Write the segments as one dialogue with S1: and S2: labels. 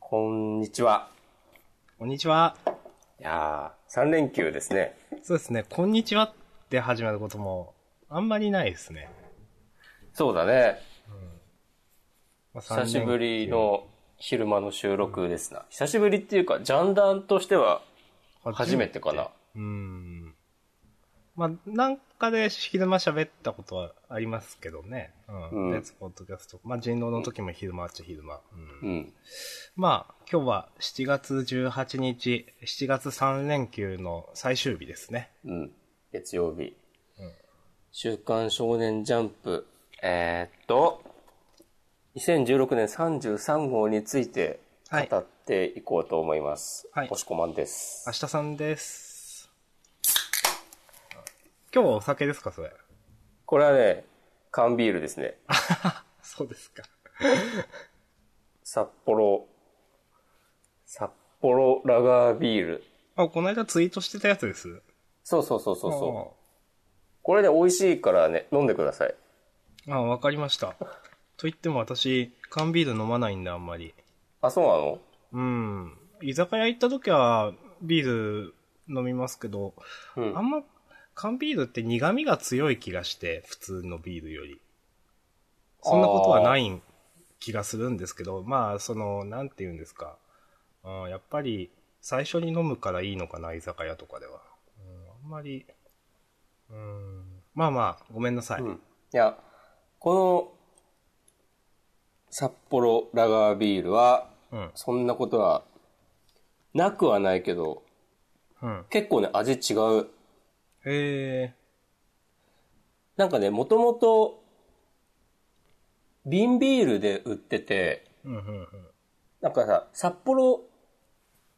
S1: こんにちは。
S2: こんにちは。
S1: いやー、3連休ですね。
S2: そうですね、こんにちはって始まることも、あんまりないですね。
S1: そうだね。
S2: まあ
S1: 久しぶり。の昼間の収録ですな。久しぶりっていうか、ジャンダンとしては初めてかな。
S2: 三連休うん。まあ、なんかで昼間喋ったことはありますけどね。うん。
S1: うん
S2: 別ポッドキャスト。まあ、人狼の時も昼間っちゃ昼間。うん
S1: うん。
S2: まあ、今日は7月18日、7月3連休の最終日ですね。
S1: うん。月曜日。週刊少年ジャンプ。えーっと、2016年33号について
S2: はい
S1: 語っていこうと思います。
S2: はい
S1: 押し込まんです
S2: 明。日さんです。今日はお酒ですか、それ。
S1: これはね、缶ビールですね。
S2: そうですか。
S1: 札幌、札幌ラガービール。
S2: あ、この間ツイートしてたやつです。
S1: そうそうそうそうそう。これね、美味しいからね、飲んでください。
S2: う。あ、わかりました。と言っても私、缶ビール飲まないんで、あんまり。
S1: あ、そうなの
S2: うん。居酒屋行った時は、ビール飲みますけど、
S1: うん
S2: あんま、缶ビールって苦味が強い気がして、普通のビールより。そんなことはない気がするんですけど、まあ、その、なんて言うんですか。うん、やっぱり、最初に飲むからいいのかな、居酒屋とかでは。うん、あんまり、うん、まあまあ、ごめんなさい。
S1: うん。いや、この、札幌ラガービールは、
S2: うん。
S1: そんなことは、なくはないけど、
S2: うん。
S1: 結構ね、味違う。
S2: へえ。
S1: なんかね、もともと、瓶ビールで売ってて、
S2: うんうんうん。
S1: なんかさ、札幌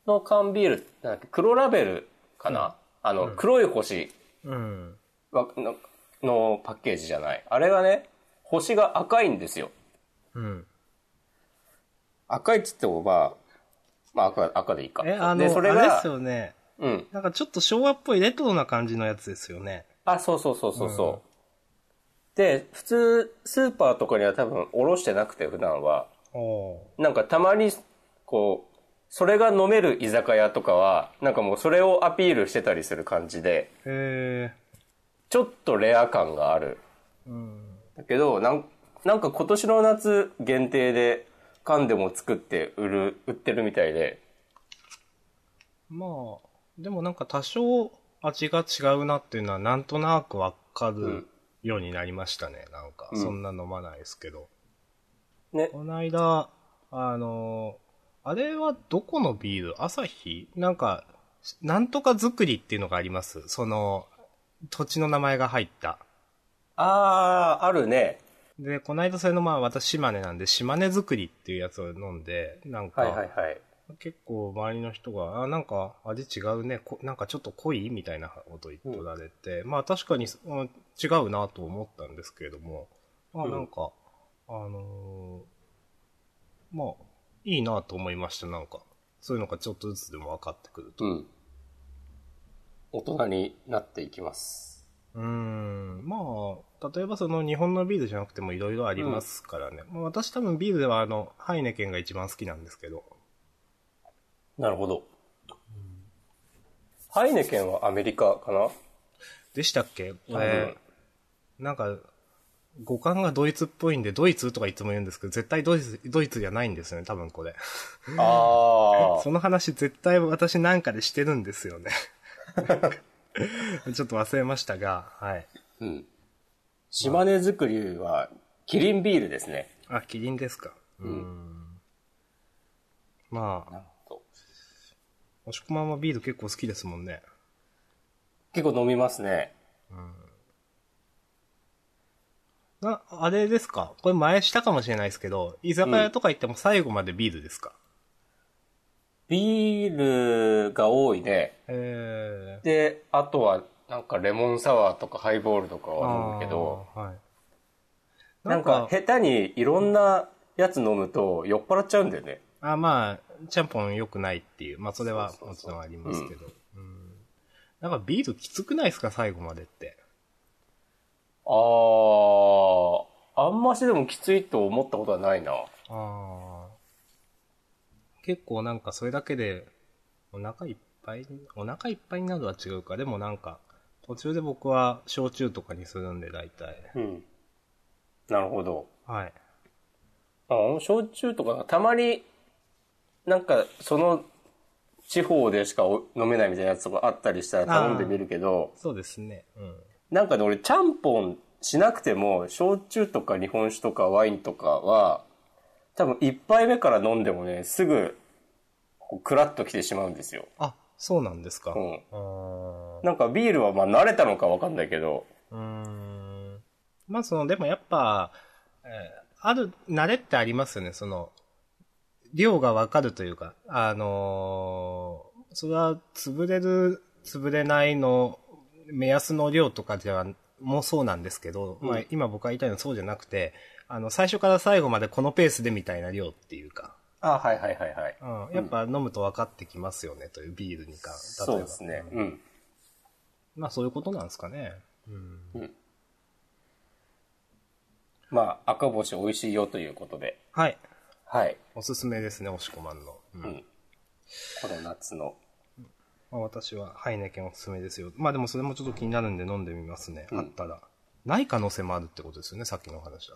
S1: の缶ビール、なんだっけ、黒ラベルかな、あの、黒い星
S2: うん。
S1: はののパッケージじゃない。あれがね、星が赤いんですよ。
S2: うん。
S1: 赤いっつっても、まあ、まあ赤、赤でいいか。
S2: え、あ
S1: で、
S2: の、
S1: そ
S2: あ
S1: れが、
S2: れですよね。
S1: うん。
S2: なんかちょっと昭和っぽいレトロな感じのやつですよね。
S1: あ、そうそうそうそうそう。で、普通、スーパーとかには多分、おろしてなくて、普段は。
S2: おお
S1: なんかたまに、こう、それが飲める居酒屋とかは、なんかもうそれをアピールしてたりする感じで、
S2: ー。へ
S1: ちょっとレア感がある。
S2: え。うん。
S1: だけど、なんなんか今年の夏限定で、缶でも作って売る、売ってるみたいで、
S2: まあ、でもなんか多少味が違うなっていうのはなんとなくわかるようになりましたね。なんか、
S1: うん
S2: そんな飲まないですけど。
S1: ね、
S2: この間、あのーあれはどこのビール朝日なんか、なんとか作りっていうのがあります。その、土地の名前が入った。
S1: あー、あるね。
S2: で、この間それのまあ私島根なんで、島根作りっていうやつを飲んで、なんか、
S1: はいはいはい。
S2: 結構周りの人が、あ、なんか味違うね、こなんかちょっと濃いみたいなこと言っておられて、まあ確かに、うん違うなと思ったんですけれども、まあ
S1: うん
S2: なんか、あのーまあ、いいなと思いました、なんか。そういうのがちょっとずつでも分かってくると。
S1: うん。大人になっていきます。
S2: うーん、まあ、例えばその日本のビールじゃなくてもいろいろありますからね。まあ私多分ビールではあの、ハイネケンが一番好きなんですけど。
S1: なるほど。ハイネケンはアメリカかな
S2: でしたっけ
S1: 多
S2: これ
S1: 分、
S2: なんか、五感がドイツっぽいんで、ドイツとかいつも言うんですけど、絶対ドイツ、ドイツじゃないんですよね、多分これ。
S1: あ
S2: その話絶対私なんかでしてるんですよね。 ちょっと忘れましたが、はい。
S1: ー。うん。島根作りは、キリンビールですね。
S2: あ、キリンですか。うーん。まあ、押し込まんはビール結構好きですもんね。
S1: 結構飲みますね。
S2: な、あれですかこれ前したかもしれないですけど、居酒屋とか行っても最後までビールですか、
S1: ビールが多いね。
S2: えー。
S1: で、あとは、なんかレモンサワーとかハイボールとかは飲むけど、
S2: あー、はい。
S1: なんか下手にいろんなやつ飲むと酔っ払っちゃうんだよね。
S2: あまあ、ちゃんぽん良くないっていう、まあそれはもちろんありますけど。うんなんかビールきつくないですか、最後までって。
S1: あー、あんましでもきついと思ったことはないな。
S2: ああ。結構なんかそれだけで、お腹いっぱいに、お腹いっぱいになるは違うか、でもなんか、途中で僕は焼酎とかにするんで、大体。
S1: うん。なるほど。
S2: はい。
S1: あ、焼酎とか、たまに、なんか、その地方でしかお飲めないみたいなやつとかあったりしたら頼んでみるけど、
S2: そうですね。うん。
S1: なんかね、俺、ちゃんぽんしなくても、焼酎とか日本酒とかワインとかは、多分一杯目から飲んでもね、すぐ、こうクラッときてしまうんですよ。
S2: あ、そうなんですか。
S1: うん。
S2: あー
S1: なんかビールはまあ慣れたのかわかんないけど、
S2: うーん。まあその、でもやっぱ、えーある、慣れってありますよね、その、量がわかるというか、あのーそれは潰れる、潰れないの、目安の量とかでは、もうそうなんですけど、まあ
S1: うん
S2: 今僕が言いたいのはそうじゃなくて、あの、最初から最後までこのペースでみたいな量っていうか、
S1: あ、はいはいはいはい。
S2: うん、やっぱ飲むと分かってきますよね、というビールに関、例えば
S1: そうですね。うん。
S2: まあそういうことなんですかね。うん
S1: まあ、赤星美味しいよということで。
S2: はい。
S1: はい。
S2: おすすめですね、おしこまんの。うん
S1: うんこの夏の。
S2: まあ、私はハイネケンおすすめですよ。まあでもそれもちょっと気になるんで飲んでみますね。
S1: うん
S2: あったら。ない可能性もあるってことですよね、さっきのお話だ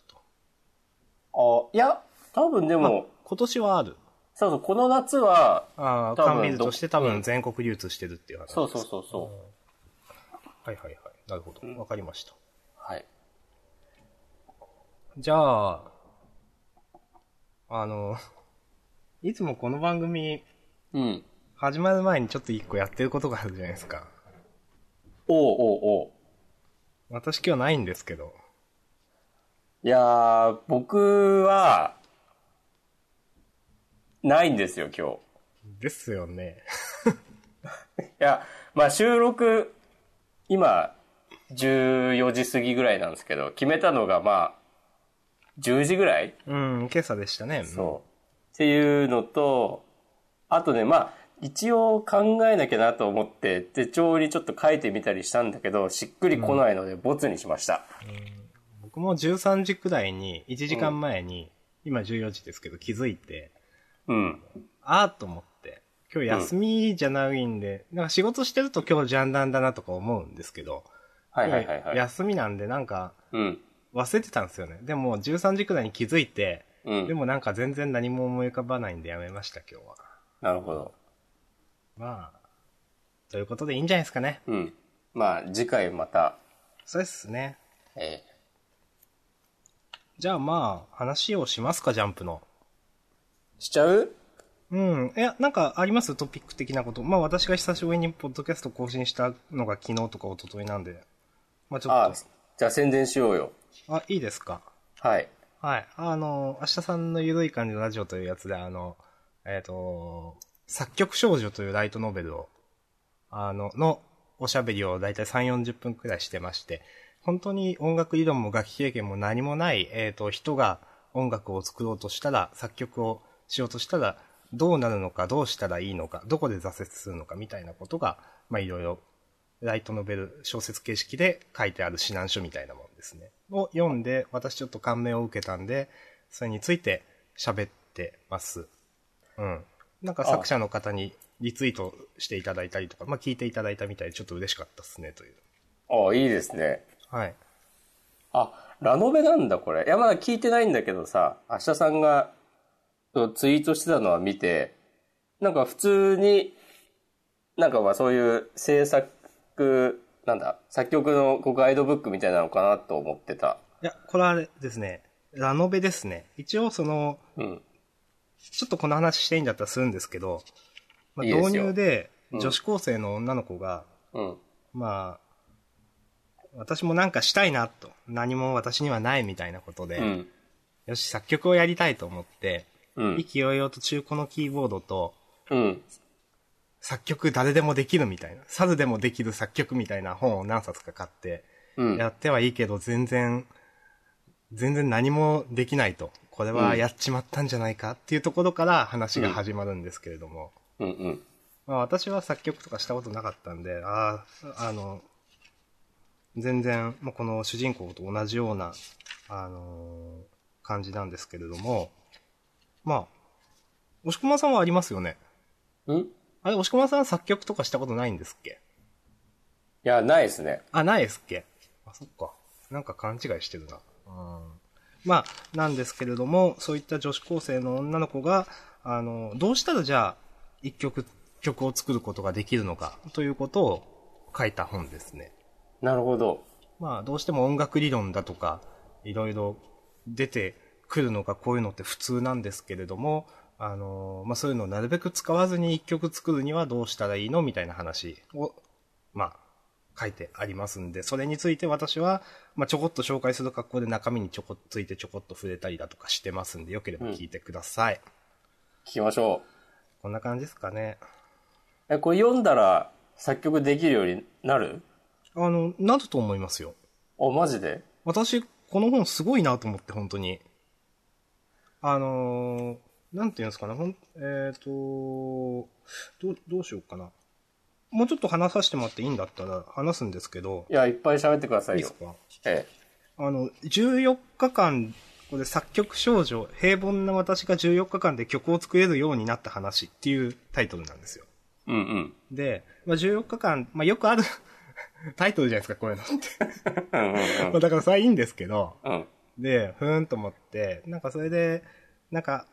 S1: あ、
S2: と。
S1: いや、多分でも、
S2: 今年はある。
S1: そうそう、この夏は、
S2: ああ、
S1: 多分
S2: 缶ビールとして多
S1: う
S2: 分
S1: ん
S2: 全国流通してるっていう話。
S1: そうそうそうそう。
S2: はいはいはい。なるほど。わかりました。
S1: はい。
S2: じゃあ、あの、いつもこの番組
S1: うん。
S2: 始まる前にちょっと一個やってることがあるじゃないですか。
S1: おうおうおう。
S2: 私今日ないんですけど。
S1: いやー、僕は、ないんですよ、今
S2: ですよね。
S1: 日。いや、まあ収録、今、14時過ぎぐらいなんですけど、決めたのがまあ、10時ぐらい
S2: うん、今朝でしたね。
S1: そう。っていうのと、あとね、まあ、一応考えなきゃなと思って、手帳にちょっと書いてみたりしたんだけど、しっくりこないので、ボツにしました。
S2: 僕も13時くらいに、1時間前に、今14時ですけど気づいて、
S1: うん。
S2: あーと思って、今日休みじゃないんで、なんか仕事してると今日ジャンダンだなとか思うんですけど、
S1: はいはいはいはい。
S2: 休みなんでなんか
S1: うん。
S2: 忘れてたんですよね。でも13時くらいに気づいて、
S1: うん。
S2: でもなんか全然何も思い浮かばないんでやめました今日は。
S1: なるほど。
S2: まあ、ということでいいんじゃないですかね。
S1: うん。まあ、次回また、
S2: そうですね。
S1: え
S2: じゃあまあ、話をしますか、ジャンプの。
S1: ーしちゃう
S2: うん。いや、なんかありますトピック的なこと。まあ私が久しぶりにポッドキャスト更新したのが昨日とか一昨日なんで。まあちょ
S1: あ
S2: っ、
S1: じゃあ宣伝しようよ。
S2: と。あいいですか。
S1: はい。
S2: はい。あの、明日さんのゆるい感じのラジオというやつで、あの、えっ、と、作曲少女というライトノベルを、あの、のおしゃべりをだいたい3、40分くらいしてまして、本当に音楽理論も楽器経験も何もない、えっ、と、人が音楽を作ろうとしたら、作曲をしようとしたら、どうなるのか、どうしたらいいのか、どこで挫折するのかみたいなことが、まあいろいろライトノベル小説形式で書いてある指南書みたいなもんですね。を読んで、私ちょっと感銘を受けたんで、それについて喋ってます。うん。なんか作者の方にリツイートしていただいたりとか、まあ聞いていただいたみたいでちょっと嬉しかったっすね、という。
S1: あ、いいですね。
S2: はい。
S1: あ、ラノベなんだ、これ。いや、まだ聞いてないんだけどさ、明日さんがそうツイートしてたのは見て、なんか普通に、なんかまあそういう制作、なんだ、作曲のこうガイドブックみたいなのかなと思ってた。
S2: いや、これはあれですね、ラノベですね。一応その、
S1: うん。
S2: ちょっとこの話していいんだったらするんですけど、まあ、
S1: いいですよ
S2: 導入で
S1: うん
S2: 女子高生の女の子が、
S1: うん。
S2: まあ、私もなんかしたいなと。何も私にはないみたいなことで、
S1: うん。
S2: よし、作曲をやりたいと思って、
S1: うん
S2: 意。気揚々と中古のキーボードと、
S1: うん。
S2: 作曲誰でもできるみたいな、猿でもできる作曲みたいな本を何冊か買って、
S1: うん。
S2: やってはいいけど全然、全然何もできないと。これはやっちまったんじゃないかっていうところから話が始まるんですけれども。
S1: うん。うん。
S2: まあ私は作曲とかしたことなかったんで、ああ、あの、全然、もうこの主人公と同じような、あのー感じなんですけれども、まあ、押駒さんはありますよね。
S1: んい
S2: あれ、押駒さん作曲とかしたことないんですっけ
S1: や、ないですね。
S2: あ、ないですっけあ、そっか。なんか勘違いしてるな。うん。まあ、なんですけれども、そういった女子高生の女の子が、あの、どうしたらじゃあ、一曲、曲を作ることができるのか、ということを書いた本ですね。
S1: なるほど。
S2: まあ、どうしても音楽理論だとか、いろいろ出てくるのがこういうのって普通なんですけれども、あの、まあそういうのをなるべく使わずに一曲作るにはどうしたらいいのみたいな話を、まあ、書いてありますんで、それについて私は、まあちょこっと紹介する格好で中身にちょこっとついてちょこっと触れたりだとかしてますんで、よければ聞いてください。
S1: 聞きましょ
S2: こんな感じですかね。
S1: う。え、これ読んだら作曲できるようになる
S2: あの、なると思いますよ。
S1: あ、マジで
S2: 私、この本すごいなと思って、本当に。あのー、なんていうんですかね、ほん、えっ、と、どう、どうしようかな。もうちょっと話させてもらっていいんだったら話すんですけど、
S1: いや、いっぱい喋ってくださ
S2: い
S1: い
S2: いで
S1: よ
S2: す。か
S1: え
S2: あの、14日間、これ作曲少女、平凡な私が14日間で曲を作れるようになった話っていうタイトルなんですよ。
S1: え。うんうん。
S2: で、まあ、14日間、まあ、よくある タイトルじゃないですか、こういうのって。
S1: うんうん
S2: まあ、だからそれはいいんですけど、
S1: うん。うん。
S2: で、ふーんと思って、なんかそれで、なんか、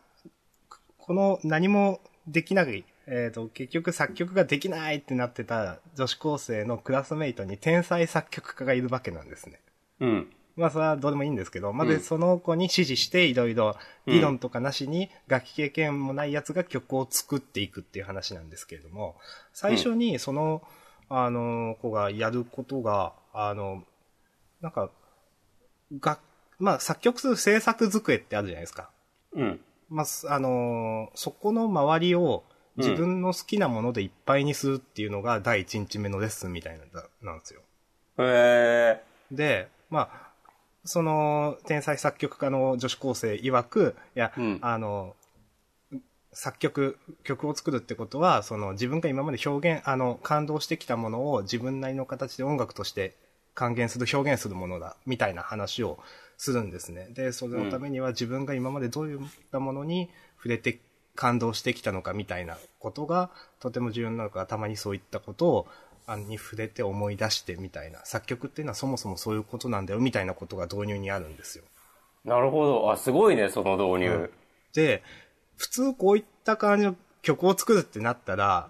S2: この何もできない、えっ、と、結局作曲ができないってなってた女子高生のクラスメイトに天才作曲家がいるわけなんですね。
S1: うん。
S2: まあそれはどうでもいいんですけど、まあ
S1: う
S2: で
S1: ん
S2: その子に指示していろいろ理論とかなしに楽器経験もないやつが曲を作っていくっていう話なんですけれども、最初にその、あの、子がやることが、あの、なんか、楽、まあ作曲する制作机ってあるじゃないですか。
S1: うん。
S2: まあ、すあのーそこの周りを自分の好きなものでいっぱいにするっていうのが第1日目のレッスンみたいなんだなんですよ。
S1: え
S2: で、まあ、その、天才作曲家の女子高生曰く、いや、
S1: うん
S2: あの、作曲、曲を作るってことは、その自分が今まで表現、あの、感動してきたものを自分なりの形で音楽として還元する、表現するものだ、みたいな話をするんですね。で、それのためには自分が今までどういったものに触れて感動してきたのかみたいなことがとても重要なのか、たまにそういったことを、あに触れて思い出してみたいな、作曲っていうのはそもそもそういうことなんだよみたいなことが導入にあるんですよ。
S1: え。なるほど。あ、すごいね、その導入。
S2: で、普通こういった感じの曲を作るってなったら、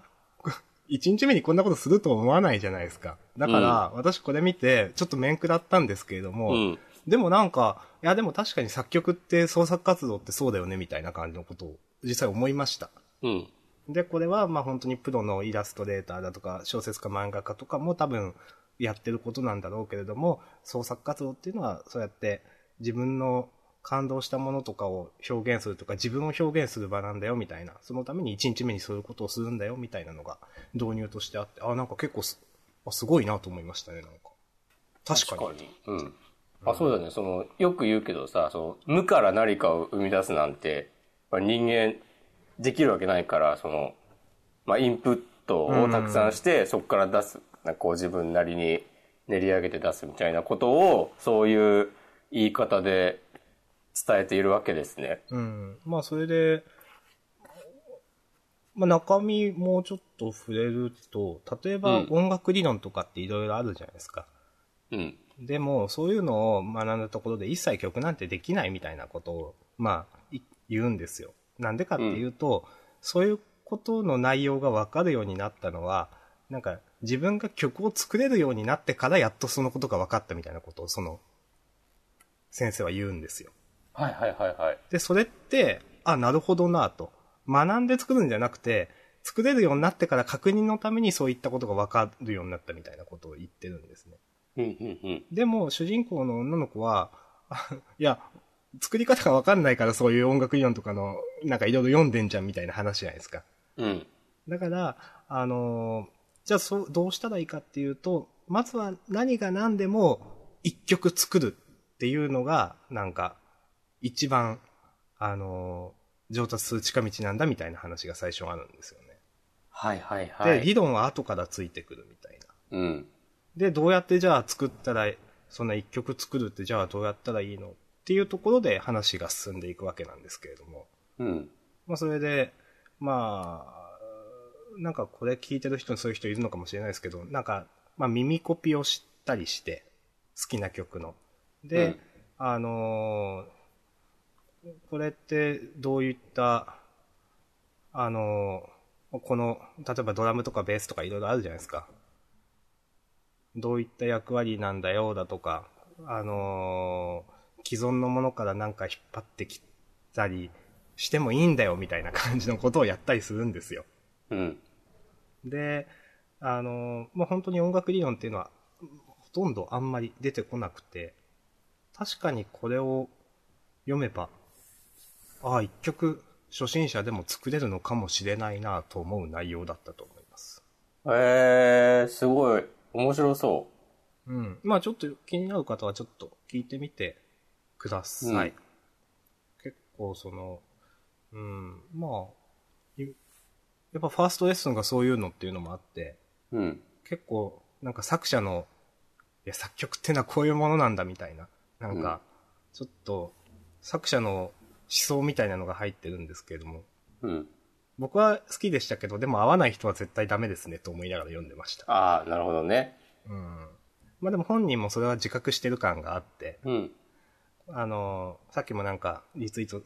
S2: 1日目にこんなことすると思わないじゃないですか。だから、私これ見て、ちょっと面食らったんですけれども、
S1: うん。
S2: でもなんか、いやでも確かに作曲って創作活動ってそうだよねみたいな感じのことを実際思いました。
S1: うん。
S2: で、これはまあ本当にプロのイラストレーターだとか小説家漫画家とかも多分やってることなんだろうけれども、創作活動っていうのはそうやって自分の感動したものとかを表現するとか自分を表現する場なんだよみたいな、そのために1日目にそういうことをするんだよみたいなのが導入としてあって、あ、なんか結構す、あすごいなと思いましたね、なんか。確かに。
S1: に。うん。あ、そうだね。その、よく言うけどさ、その、無から何かを生み出すなんて、まあ、人間できるわけないから、その、まあ、インプットをたくさんして、そこから出す、なんかこう自分なりに練り上げて出すみたいなことを、そういう言い方で伝えているわけですね。
S2: うん。まあ、それで、まあ、中身もうちょっと触れると、例えば
S1: うん
S2: 音楽理論とかっていろいろあるじゃないですか。
S1: うん。
S2: でも、そういうのを学んだところで一切曲なんてできないみたいなことを、まあ、い言うんですよ。なんでかっていうと、そういうことの内容がわかるようになったのは、なんか、自分が曲を作れるようになってからやっとそのことが分かったみたいなことを、その、先生は言うんですよ。
S1: はいはいはいはい。
S2: で、それって、あ、なるほどなと。学んで作るんじゃなくて、作れるようになってから確認のためにそういったことが分かるようになったみたいなことを言ってるんですね。
S1: うんうんうん。
S2: でも、主人公の女の子は、あいや、作り方が分かんないからそういう音楽理論とかの、なんかいろいろ読んでんじゃんみたいな話じゃないですか。
S1: うん。
S2: だから、あのーじゃあそう、どうしたらいいかっていうと、まずは何が何でも一曲作るっていうのが、なんか、一番、あのー上達する近道なんだみたいな話が最初あるんですよね。
S1: はいはいは
S2: で、
S1: い。
S2: 理論は後からついてくるみたいな。
S1: うん。
S2: で、どうやってじゃあ作ったら、そんな一曲作るってじゃあどうやったらいいのっていうところで話が進んでいくわけなんですけれども。
S1: うん。
S2: まあ、それで、まあ、なんかこれ聞いてる人にそういう人いるのかもしれないですけど、なんか、まあ耳コピを知ったりして、好きな曲の。で、
S1: うん
S2: あのーこれってどういった、あのーこの、例えばドラムとかベースとかいろいろあるじゃないですか。どういった役割なんだよだとか、あのー既存のものからなんか引っ張ってきたりしてもいいんだよみたいな感じのことをやったりするんですよ。
S1: うん。
S2: で、あのーまあ、本当に音楽理論っていうのは、ほとんどあんまり出てこなくて、確かにこれを読めば、ああ、一曲初心者でも作れるのかもしれないなと思う内容だったと思います。
S1: えー、すごい。面白そ
S2: うん。まあちょっと気になる方はちょっと聞いてみてください。
S1: うん
S2: 結構その、うん、まあ、いやっぱファーストレッスンがそういうのっていうのもあって、
S1: う。うん。
S2: 結構、なんか作者の、いや、作曲ってのはこういうものなんだみたいな、なんか、ちょっと、作者の思想みたいなのが入ってるんですけれども、
S1: うん。
S2: 僕は好きでしたけど、でも合わない人は絶対ダメですねと思いながら読んでました。
S1: ああ、なるほどね。
S2: うん。まあでも本人もそれは自覚してる感があって、
S1: うん。
S2: あの、さっきもなんか、リツイート、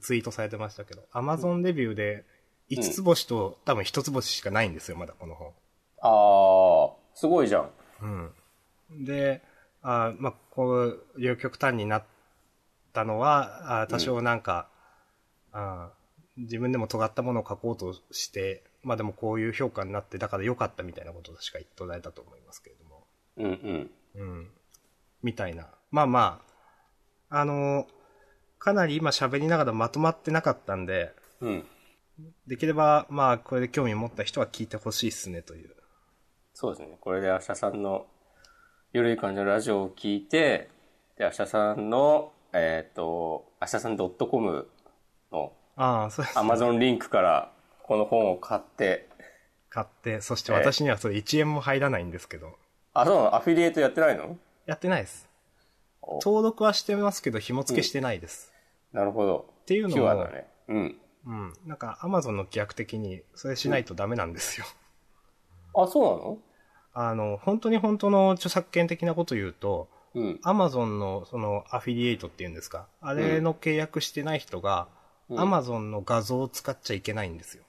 S2: ツイートされてましたけど、アマゾンレビューで、
S1: ん
S2: 5つ星と多分1つ星しかないんですよ、まだこの本。
S1: ああ、すごいじゃん。
S2: うん。で、あまあ、こういう極端になったのは、あ多少なんか、あ自分でも尖ったものを書こうとして、まあでもこういう評価になって、だから良かったみたいなことを確か言っておられたと思いますけれども。
S1: うんうん。
S2: うん。みたいな。まあまあ、あの、かなり今喋りながらまとまってなかったんで、
S1: うん。
S2: できれば、まあ、これで興味持った人は聞いてほしいっすねという。
S1: そうですね。これで明日さんの、ゆるい感じのラジオを聞いて、で、明日さんの、えっ、と、明日さん .com の
S2: ああ、そうです。
S1: Amazon リンクからこの本を買って、
S2: 買って、そして私にはそれ1円も入らないんですけど、
S1: あ、そうなのアフィリエイトやってないの
S2: やってないです。
S1: お
S2: 登録はしてますけど、紐付けしてないです。
S1: なるほど。
S2: っていうの
S1: ピュアだ
S2: も、
S1: ね。うん。
S2: うん。なんか、アマゾンの規約的に、それしないとダメなんですよ。
S1: あ、そ
S2: あの、本当に本当の著作権的なこと言うと、
S1: うなのうん。
S2: アマゾンのそのアフィリエイトっていうんですか、あれの契約してない人が、
S1: うん
S2: アマゾンの画像を使っちゃいけないんですよ。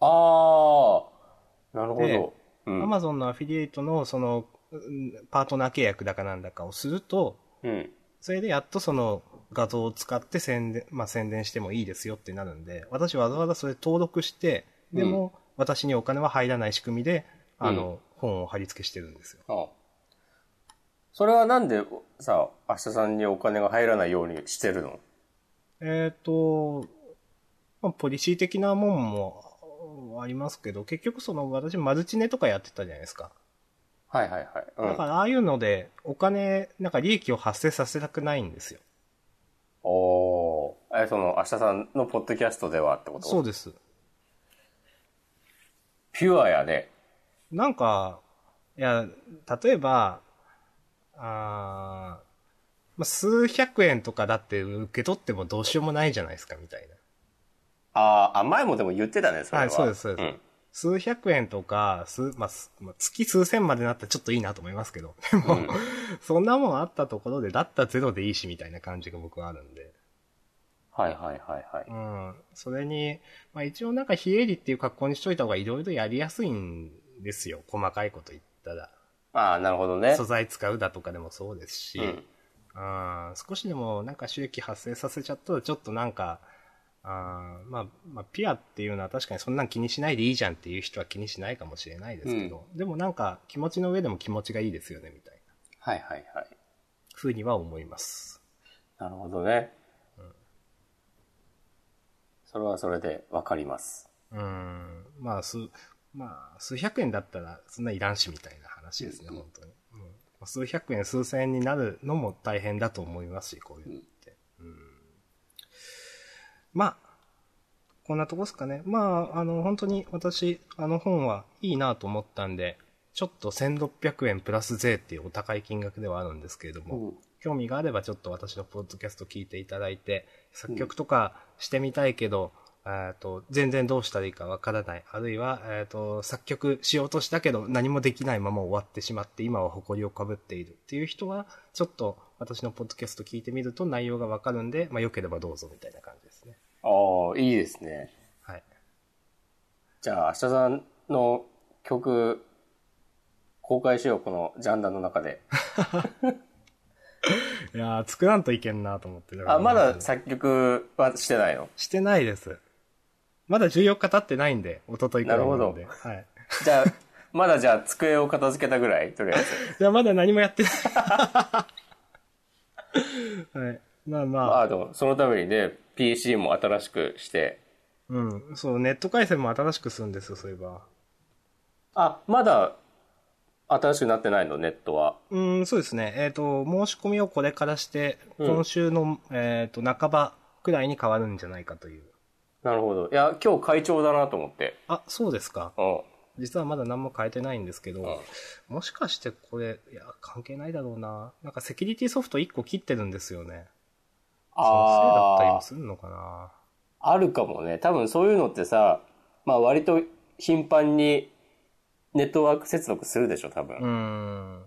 S1: ああ、なるほ
S2: で
S1: ど。うん
S2: ア。マゾンのアフィリエイトのその、うんパートナー契約だかなんだかをすると、
S1: うん。
S2: それでやっとその画像を使って宣伝、まあ宣伝してもいいですよってなるんで、私わざわざそれ登録して、でも私にお金は入らない仕組みで、あの、本を貼り付けしてるんですよ。
S1: あそれはなんでさ、明日さんにお金が入らないようにしてるの
S2: えっ、と、まあ、ポリシー的なもんもありますけど、結局その私マルチネとかやってたじゃないですか。
S1: はいはいはい。うん。
S2: だからああいうのでお金、なんか利益を発生させたくないんですよ。
S1: おーえ、その、明日さんのポッドキャストではってこと
S2: そうです。
S1: ピュアやね。
S2: なんか、いや、例えば、あーまあ、数百円とかだって受け取ってもどうしようもないじゃないですか、みたいな。
S1: あーあ、前もでも言ってたね、それは。
S2: はいそうですそうです
S1: ん。
S2: 数百円とか、数、まあ、すまあ月数千までなったらちょっといいなと思いますけど、でも、
S1: うん
S2: そんなもんあったところで、だったらゼロでいいし、みたいな感じが僕はあるんで。
S1: はいはいはいはい。
S2: うん。それに、まあ、一応なんか非営利っていう格好にしといた方がいろいろやりやすいんですよ、細かいこと言ったら。
S1: ああ、なるほどね。
S2: 素材使うだとかでもそうですし、
S1: うん。
S2: あー少しでもなんか収益発生させちゃったらちょっとなんか、あーまあ、まあ、ピアっていうのは確かにそんなん気にしないでいいじゃんっていう人は気にしないかもしれないですけど、でもなんか気持ちの上でも気持ちがいいですよねみたいな
S1: はいはいはい。
S2: ふうには思います。
S1: なるほどね。それはそれでわかります。
S2: うん、まあ、数、まあ、数百円だったらそんないらんしみたいな話ですね、
S1: うん
S2: 本当に。うんまあ数百円、数千円になるのも大変だと思いますし、こういうのって。うんまあ、こんなとこですかね。まあ、あの、本当に私、あの本はいいなと思ったんで、ちょっと1600円プラス税っていうお高い金額ではあるんですけれども、
S1: うん
S2: 興味があればちょっと私のポッドキャスト聞いていただいて、作曲とかしてみたいけど、えっと、全然どうしたらいいかわからない。あるいは、えっ、と、作曲しようとしたけど何もできないまま終わってしまって今は誇りをかぶっているっていう人は、ちょっと私のポッドキャスト聞いてみると内容がわかるんで、まあ良ければどうぞみたいな感じですね。
S1: ああ、いいですね。
S2: はい。
S1: じゃあ、明日さんの曲、公開しよう、このジャンダンの中で。
S2: いやー、作らんといけんなと思って。から
S1: あ、まだ作曲はしてないの
S2: してないです。まだ14日経ってないんで、一昨日からなんで。
S1: な
S2: はい。
S1: じゃあ、 まだじゃあ机を片付けたぐらいとりあえず。
S2: いや、まだ何もやってない。はい。まあまあ、
S1: ああ、でも、そのためにね、PC も新しくして。
S2: うん。そう、ネット回線も新しくするんですよ、そういえば。
S1: あ、まだ、新しくなってないの、ネットは。
S2: うん、そうですね。えっ、と、申し込みをこれからして、
S1: うん
S2: 今週の、えっ、と、半ばくらいに変わるんじゃないかという。
S1: なるほど。いや、今日会長だなと思って。
S2: あ、そうですか。
S1: うん。
S2: 実はまだ何も変えてないんですけど、もしかしてこれ、いや、関係ないだろうな。なんかセキュリティソフト1個切ってるんですよね。そのせいだったり
S1: あ
S2: も
S1: あ、
S2: するのかな。
S1: あるかもね。多分そういうのってさ、まあ割と頻繁にネットワーク接続するでしょ、多分。
S2: うーん。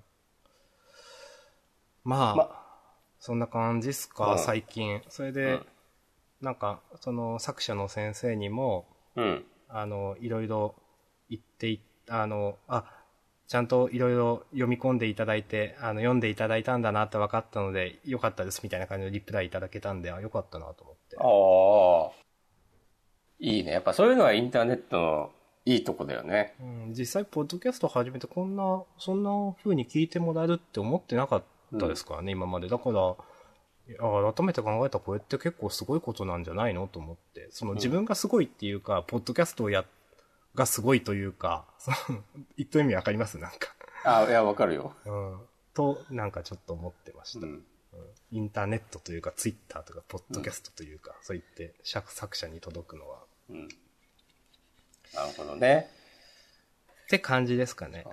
S2: まあ、
S1: ま
S2: そんな感じっすか、
S1: うん
S2: 最近。それで、
S1: うん
S2: なんか、その作者の先生にも、
S1: うん。
S2: あの、いろいろ言ってい、あの、あ、ちゃんといろいろ読み込んでいただいて、あの、読んでいただいたんだなって分かったので、よかったですみたいな感じのリプライいただけたんで、あ、よかったなと思っ
S1: あ
S2: て。
S1: あ。いいね。やっぱそういうのはインターネットのいいとこだよね。
S2: うん、実際、ポッドキャスト始めてこんな、そんな風に聞いてもらえるって思ってなかったですからね、今まで。だから、いや改めて考えたらこれって結構すごいことなんじゃないのと思って。その
S1: ん
S2: 自分がすごいっていうか、ポッドキャストをや、がすごいというか、 その言った意味わかりますなんか。
S1: あいや、わかるよ。
S2: うん。と、なんかちょっと思ってました。インターネットというか、ツイッターとか、ポッドキャストというか、そう言って作作者に届くのは。
S1: なるほどね。
S2: って感じですかね。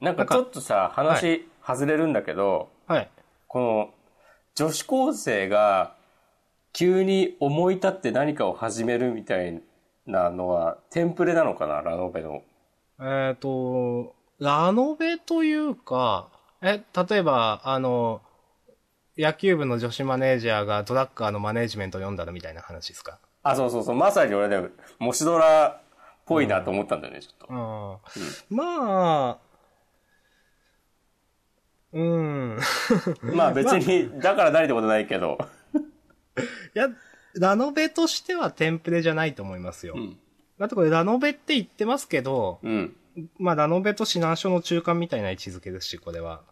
S1: なんかちょっとさ、
S2: は
S1: 話外れるんだけど、
S2: はい。
S1: この女子高生が急に思い立って何かを始めるみたいなのはテンプレなのかな、ラノベの。
S2: えっ、と、ラノベというか、え、例えば、あの、野球部の女子マネージャーがドラッカーのマネージメントを読んだらみたいな話ですか
S1: あ、そうそうそう、まさに俺ね、もしドラっぽいなと思ったんだよね、ちょっ
S2: う
S1: と。
S2: ん。まあ、うん。
S1: まあ別に、だから何ってことないけど。
S2: いや、ラノベとしてはテンプレじゃないと思いますよ。
S1: ん
S2: だってこれラノベって言ってますけど、
S1: うん。
S2: まあラノベと指南書の中間みたいな位置づけですし、これは。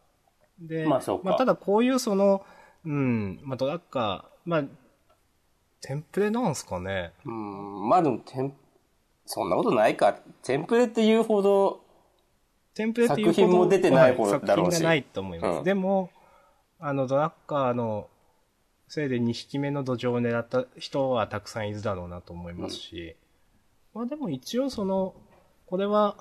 S2: で、
S1: まあそうか
S2: ただこういうその、うん、まあドラッカー、まあ、テンプレなんすかね。
S1: うん、まあでもテン、そんなことないか。テンプレって言うほど、
S2: テンプレっていうほど
S1: 作品も出てない
S2: は
S1: 方
S2: 作
S1: だろ
S2: 品
S1: うし
S2: がないと思います。
S1: うん
S2: でも、あのドラッカーのせいで2匹目の土壌を狙った人はたくさんいるだろうなと思いますし、まあでも一応その、これは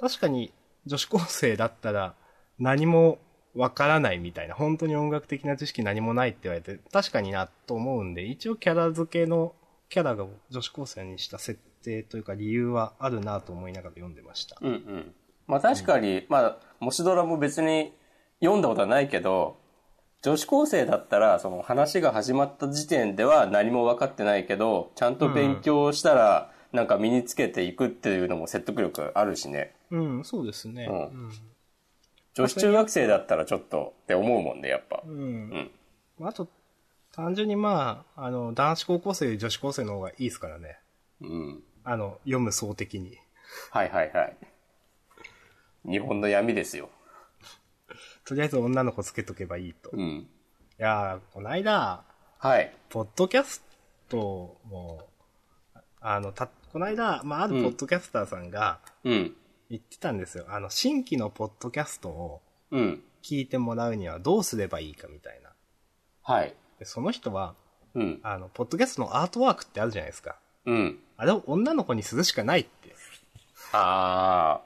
S2: 確かに女子高生だったら何もわからないみたいな、本当に音楽的な知識何もないって言われて、確かになと思うんで、一応キャラ付けの、キャラが女子高生にした設定というか理由はあるなと思いながら読んでました。
S1: うんうん。まあ確かに、まあ、もしドラも別に読んだことはないけど、女子高生だったら、その話が始まった時点では何も分かってないけど、ちゃんと勉強したら、なんか身につけていくっていうのも説得力あるしね。
S2: うん、そうですね。
S1: うん女子中学生だったらちょっとって思うもんね、やっぱ
S2: う。ん。まああと、単純にまあ、あの、男子高校生より女子高生の方がいいですからね。
S1: うん。
S2: あの、読む層的に。
S1: はいはいはい。日本の闇ですよ。
S2: とりあえず女の子つけとけばいいと。い
S1: うん。
S2: やー、こないだ、
S1: はい。
S2: ポッドキャストも、あの、た、こないだ、まあ、あるポッドキャスターさんが
S1: うん。
S2: 言ってたんですよ。あの、新規のポッドキャストを
S1: うん。
S2: 聞いてもらうにはどうすればいいかみたいな。
S1: はい。
S2: でその人は、
S1: うん。
S2: あの、ポッドキャストのアートワークってあるじゃないですか。
S1: うん。
S2: あれを女の子にするしかないって。
S1: あ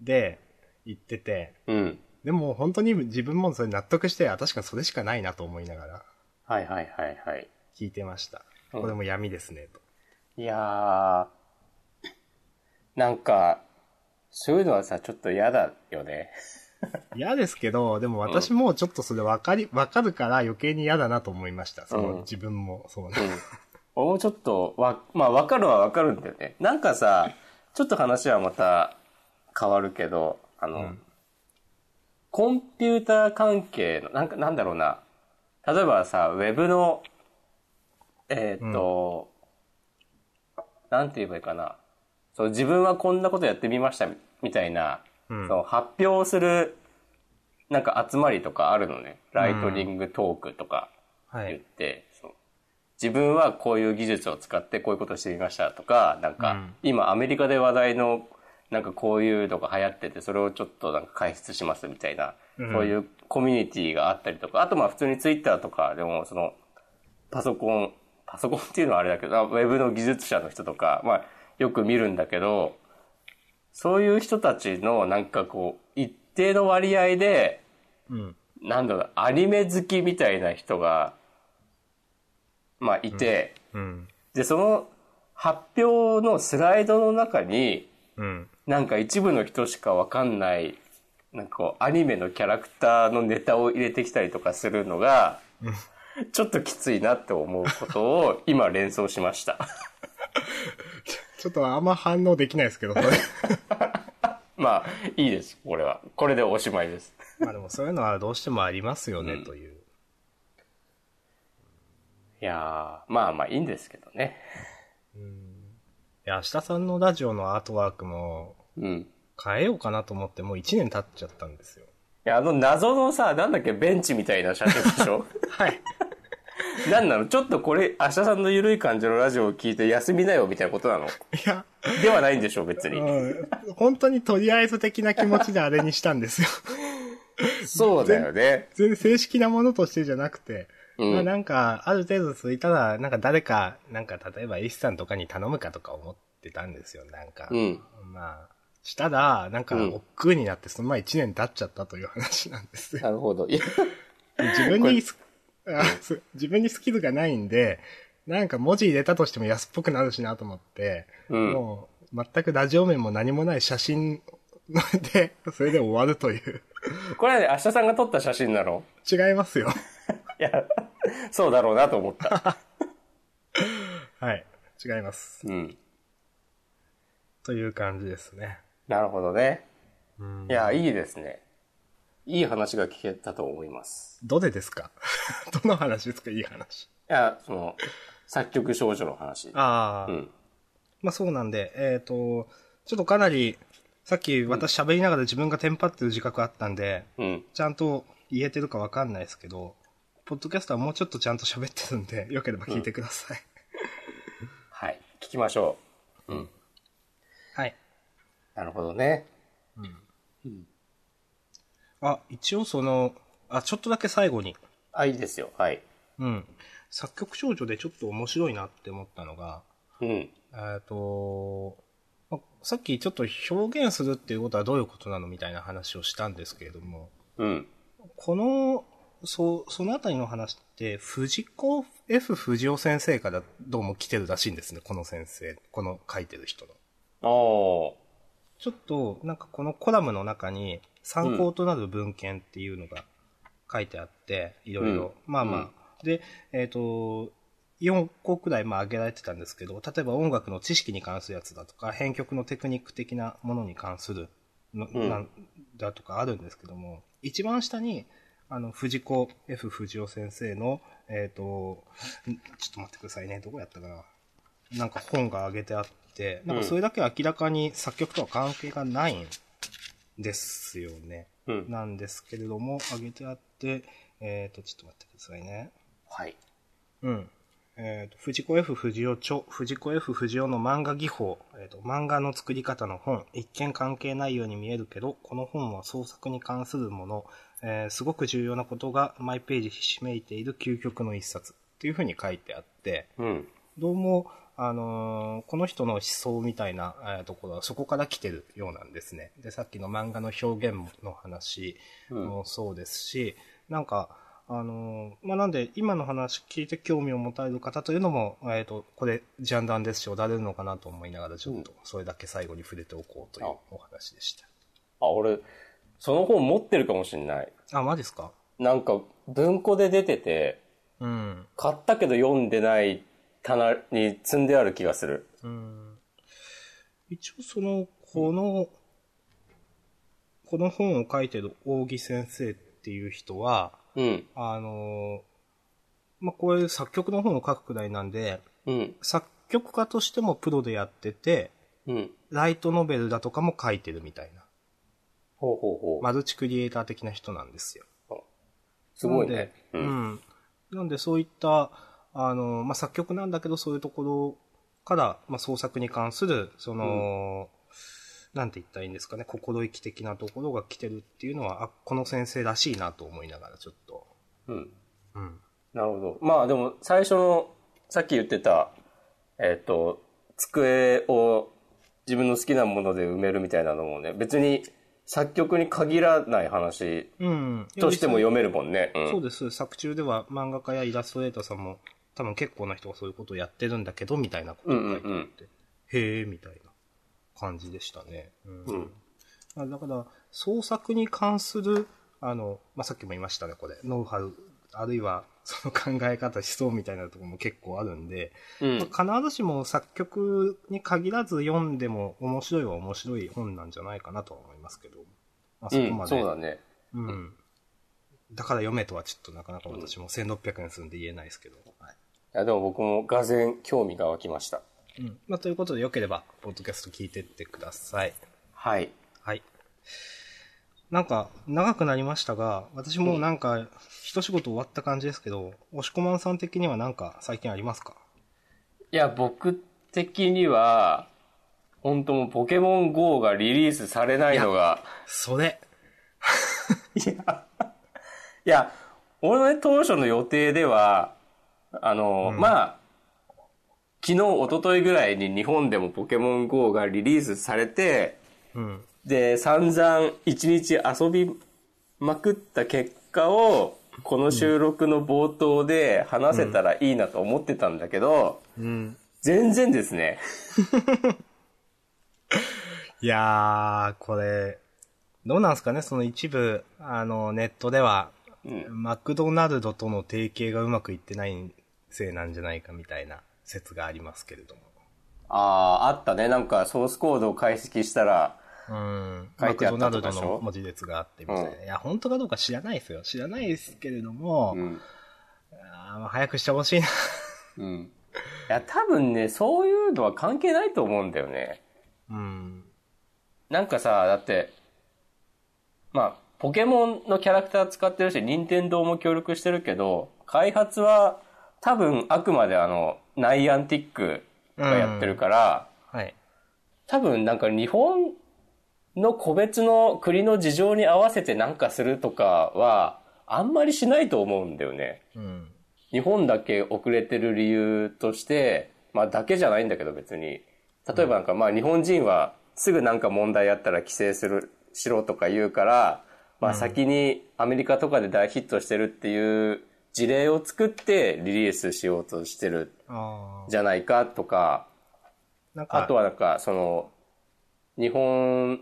S2: で、言ってて、
S1: あ。うん。
S2: でも本当に自分もそれ納得して、あ、確かにそれしかないなと思いながら
S1: はいはいはいはい。
S2: 聞いてました。
S1: うん
S2: これも闇ですね、と。
S1: いやー、なんか、そういうのはさ、ちょっと嫌だよね。
S2: 嫌ですけど、でも私もちょっとそれ分かり、分かるから余計に嫌だなと思いました。その、
S1: うん
S2: 自分も、そう
S1: う
S2: ね。
S1: ん。もうちょっと、わ、まあわかるはわかるんだよね。なんかさ、ちょっと話はまた変わるけど、あの、
S2: うん
S1: コンピューター関係の、なんか、なんだろうな。例えばさ、ウェブの、えーっと、なんて言えばいいかな。そう、自分はこんなことやってみましたみ、みたいな、
S2: うん
S1: その発表する、なんか集まりとかあるのね。ライトニングトークとか。
S2: は
S1: 言っ
S2: い。
S1: て、その自分はこういう技術を使ってこういうことをしてみましたとか、なんか、
S2: うん
S1: 今アメリカで話題の、なんかこういうのが流行ってて、それをちょっとなんか解説しますみたいな、
S2: うん
S1: そういうコミュニティがあったりとか、あとまあ普通にツイッターとかでも、その、パソコン、パソコンっていうのはあれだけど、あウェブの技術者の人とか、まあよく見るんだけど、そういう人たちのなんかこう、一定の割合で、
S2: うん。
S1: なんだろう、アニメ好きみたいな人が、まあ、いて、
S2: うん。
S1: で、その発表のスライドの中に、
S2: うん。
S1: なんか一部の人しかわかんない、なんかこう、アニメのキャラクターのネタを入れてきたりとかするのが、ちょっときついなって思うことを今連想しま した。
S2: ちょっとあんま反応できないです けど、それ
S1: まあ、いいです、これは。これでおしまいです。
S2: まあでもそういうのはどうしてもありますよね、という。
S1: いやー、まあまあいいんですけどね。
S2: いや、明日さんのラジオのアートワークも
S1: うん。
S2: 変えようかなと思ってもう1年経っちゃったんですよ。
S1: いや、あの謎のさ、なんだっけ、ベンチみたいな写真でし ょ
S2: はい。
S1: なんなのちょっとこれ、明日さんのゆるい感じのラジオを聞いて休みなよみたいなことなの
S2: いや、
S1: ではないんでしょう、別に。
S2: うん、本当にとりあえず的な気持ちであれにした んですよ。
S1: そうだよね。
S2: 全然正式なものとしてじゃなくて、
S1: うん
S2: まあなんか、ある程度続いたら、なんか誰か、なんか例えばエシさんとかに頼むかとか思ってたんですよ、なんか。
S1: うん。
S2: まあ、したら、なんか、
S1: うん
S2: 億劫になって、そのまま1年経っちゃったという話なんですよ。
S1: なるほど。いや、
S2: 自分にス、あそう自分にスキルがないんで、なんか文字入れたとしても安っぽくなるしなと思って、
S1: うん
S2: もう、全くラジオ面も何もない写真で、 それで終わるという。
S1: これはね、明日さんが撮った写真なの
S2: 違いますよ。
S1: いや、そうだろうなと思った。
S2: はい。違います。
S1: うん。
S2: という感じですね。
S1: なるほどね。
S2: うん
S1: い、や、いいですね。いい話が聞けたと思います。
S2: どれですか どの話ですかいい話。
S1: いや、その、作曲少女の話。
S2: あ
S1: う
S2: あ、
S1: ん。
S2: まあそうなんで、えっ、と、ちょっとかなり、さっき私喋りながら自分がテンパってる自覚あったんで、
S1: うん。
S2: ちゃんと言えてるかわかんないですけど、ポッドキャストはもうちょっとちゃんと喋ってるんで、 よければ聞いてください。
S1: はい。聞きましょう。うん。
S2: はい。
S1: なるほどね。
S2: あ、一応その、あ、ちょっとだけ最後に、
S1: あ、いいですよ。はい。
S2: うん。作曲少女でちょっと面白いなって思ったのが、
S1: うん。
S2: えっと、まさっきちょっと表現するっていうことはどういうことなのみたいな話をしたんですけれども、
S1: うん。
S2: この、そそのあたりの話って、藤子 F 不二雄先生からどうも来てるらしいんですね、この先生、この書いてる人の。
S1: おー。
S2: ちょっと、なんかこのコラムの中に参考となる文献っていうのが書いてあって、いろいろ。まあまあ。
S1: うん
S2: で、えっ、と、4個くらいまあ挙げられてたんですけど、例えば音楽の知識に関するやつだとか、編曲のテクニック的なものに関するの、
S1: うん
S2: なんだとかあるんですけども、一番下に、あの、藤子 F 不二雄先生の、えっ、と、んちょっと待ってくださいね、どこやったかな。なんか本が挙げてあって、なんかそれだけ明らかに作曲とは関係がないんですよね。
S1: うん。
S2: なんですけれども、挙げてあって、えっ、と、ちょっと待ってくださいね。
S1: はい。
S2: うん。えっ、と、藤子 F 不二雄著、藤子 F 不二雄の漫画技法、えっ、と、漫画の作り方の本、一見関係ないように見えるけど、この本は創作に関するもの、えーすごく重要なことがマイページひしめいている究極の一冊っていうふうに書いてあって、
S1: うん。
S2: どうも、あのーこの人の思想みたいな、えーところはそこから来てるようなんですね。で、さっきの漫画の表現の話もそうですし、なんか、ああの、まあ、なんで、今の話聞いて興味を持たれる方というのも、えっ、と、これ、ジャンダンですし、おられるのかなと思いながら、ちょっと、それだけ最後に触れておこうという
S1: あ
S2: お話でした。
S1: あ、俺、その本持ってるかもしんない。
S2: あ、マジですか
S1: なんか、文庫で出てて、
S2: うん。
S1: 買ったけど読んでない棚に積んである気がする。
S2: うん。一応、その、この、この本を書いてる扇先生っていう人は、
S1: うん。
S2: あの、まあ、これ作曲の本を書くくらいなんで、
S1: うん。
S2: 作曲家としてもプロでやってて、
S1: うん。
S2: ライトノベルだとかも書いてるみたいな。
S1: ほうほうほう。
S2: マルチクリエイター的な人なんですよ。
S1: すごいね。
S2: な
S1: うん。
S2: で、うんん。なんでそういった、あの、まあ、作曲なんだけどそういうところから、まあ、創作に関する、その、なんて言ったらいいんですかね、心意気的なところが来てるっていうのは、あ、この先生らしいなと思いながらちょっと。
S1: うん。
S2: うん。
S1: なるほど。まあでも、最初の、さっき言ってた、えっ、と、机を自分の好きなもので埋めるみたいなのもね、別に作曲に限らない話
S2: うん。
S1: としても読めるもんね。うん
S2: そうです。作中では漫画家やイラストレーターさんも、多分結構な人がそういうことをやってるんだけど、みたいなことを書いてあって、
S1: うんうんうん
S2: へえ、みたいな感じでしたね。うん
S1: うん
S2: まあだから、創作に関する、あの、まあ、さっきも言いましたね、これ、ノウハウ、あるいは、その考え方、思想みたいなところも結構あるんで、
S1: うん。
S2: まあ必ずしも作曲に限らず読んでも面白いは面白い本なんじゃないかなとは思いますけど、まあ、そこ
S1: う
S2: ま
S1: ん、
S2: で、
S1: そうだね。
S2: うん。だから読めとはちょっとなかなか私も1600円するんで言えないですけど。はい。
S1: いや、でも僕も、がぜん興味が湧きました。
S2: うん。まあ、ということで、よければ、ポッドキャスト聞いてってください。
S1: はい。
S2: はい。なんか、長くなりましたが、私もなんか、一仕事終わった感じですけど、押しこまんさん的にはなんか、最近ありますか
S1: いや、僕的には、本当もうポケモン GO がリリースされないのが、
S2: それ。
S1: いや、俺のね、当初の予定では、あの、まあ、昨日、一昨日ぐらいに日本でもポケモン GO がリリースされて、
S2: うん。
S1: で、散々一日遊びまくった結果を、この収録の冒頭で話せたらいいなと思ってたんだけど、
S2: うん。
S1: 全然ですね。
S2: いやー、これ、どうなんですかね、その一部、あの、ネットでは、
S1: うん。
S2: マクドナルドとの提携がうまくいってないせいなんじゃないかみたいな説がありますけれども。
S1: ああ、あったね。なんかソースコードを解析したら、
S2: うん。
S1: 書
S2: マ
S1: い
S2: ク
S1: てあ
S2: ド
S1: っ
S2: ナ
S1: た
S2: ル
S1: と
S2: ド
S1: かでしょ
S2: の文字列があってみたいな。いや、本当かどうか知らないですよ。知らないですけれども、
S1: うん。
S2: あーまあ早くしてほしいな。
S1: うん。いや、多分ね、そういうのは関係ないと思うんだよね。
S2: うん。
S1: なんかさ、だって、まあ、ポケモンのキャラクター使ってるし、任天堂も協力してるけど、開発は多分あくまであの、ナイアンティックがやってるから、
S2: はい。
S1: 多分なんか日本の個別の国の事情に合わせてなんかするとかは、あんまりしないと思うんだよね。
S2: うん。
S1: 日本だけ遅れてる理由として、まあだけじゃないんだけど別に。例えばなんかまあ日本人はすぐなんか問題あったら規制する、しろとか言うから、まあ先にアメリカとかで大ヒットしてるっていう事例を作ってリリースしようとしてる
S2: ああ。
S1: じゃないかとか、
S2: なんか、
S1: あとはなんかその、日本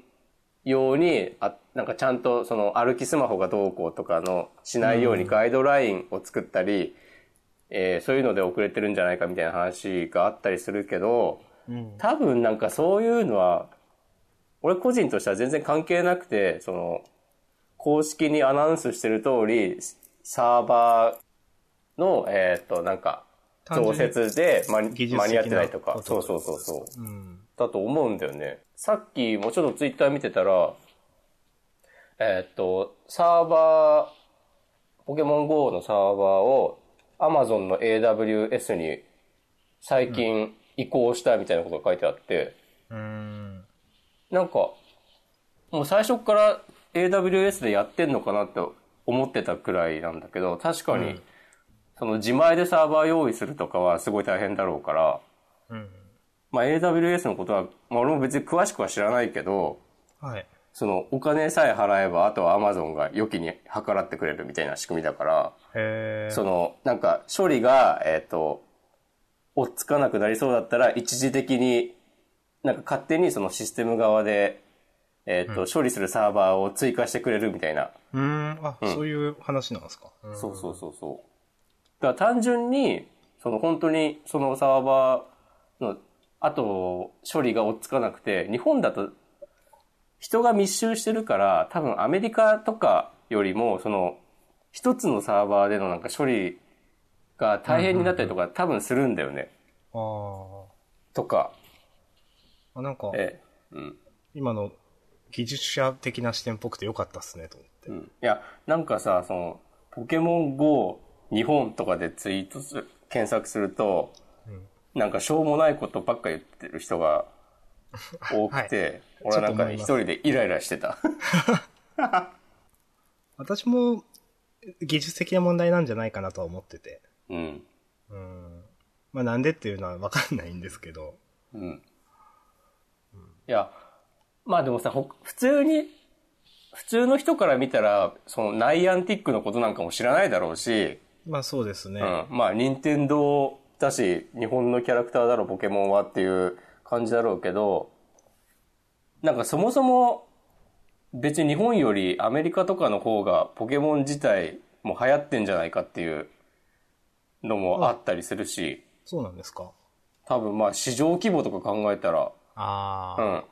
S1: 用に、あ、なんかちゃんとその歩きスマホがどうこうとかのしないようにガイドラインを作ったり、えーそういうので遅れてるんじゃないかみたいな話があったりするけど、
S2: うん。
S1: 多分なんかそういうのは、俺個人としては全然関係なくて、その、公式にアナウンスしてる通り、サーバーの、えーっと、なんか、
S2: 単
S1: 増
S2: 純に
S1: 設で間に
S2: 技術的な
S1: 間に合ってないとか
S2: こ、
S1: そ
S2: と
S1: うそうそうそう。
S2: うん。
S1: だと思うんだよね。さっきもちょっとツイッター見てたら、えーっと、サーバー、ポケモン GO のサーバーを Amazon の AWS に最近移行したみたいなことが書いてあって、
S2: うん。
S1: なんか、もう最初から AWS でやってんのかなって思ってたくらいなんだけど、確かに、その自前でサーバー用意するとかはすごい大変だろうから、
S2: うん。
S1: まあ、AWS のことは、まあ、俺も別に詳しくは知らないけど、
S2: はい。
S1: その、お金さえ払えば、あとはアマゾンが良きに計らってくれるみたいな仕組みだから、
S2: へえ。
S1: その、なんか、処理が、えっ、と、追っつかなくなりそうだったら、一時的に、なんか勝手にそのシステム側で、えっ、と、処理するサーバーを追加してくれるみたいな。
S2: うーん、あ、そういう話なんですか。うん
S1: そうそうそうそう。だから単純に、その本当にそのサーバーの、あと処理が追っつかなくて、日本だと人が密集してるから、多分アメリカとかよりも、その一つのサーバーでのなんか処理が大変になったりとか多分するんだよね。とか。
S2: あーあ。なんか、
S1: ええ。うん。
S2: 今の技術者的な視点っぽくてよかったっすね、と思って。
S1: うんいや、なんかさ、その、ポケモン GO 日本とかでツイートする、検索すると、なんかしょうもないことばっか言ってる人 が多くて、俺はなんかね
S2: ちょ
S1: 一
S2: っと
S1: 人でイライラしてた。
S2: 私も、技術的な問題なんじゃないかなとは思ってて。
S1: うん。
S2: うん。まあなんでっていうのはわかんないんですけど。
S1: うん。いや、まあでもさ、ほ普通に、普通の人から見たら、そのナイアンティックのことなんかも知らないだろうし、
S2: まあそうですね。
S1: うん、まあ任天堂だし日本のキャラクターだろポケモンはっていう感じだろうけどなんかそもそも別に日本よりアメリカとかの方がポケモン自体も流行ってんじゃないかっていうのもあったりするし
S2: そうなんですか。
S1: 多分まあ市場規模とか考えたら
S2: あ
S1: う
S2: あ、
S1: ん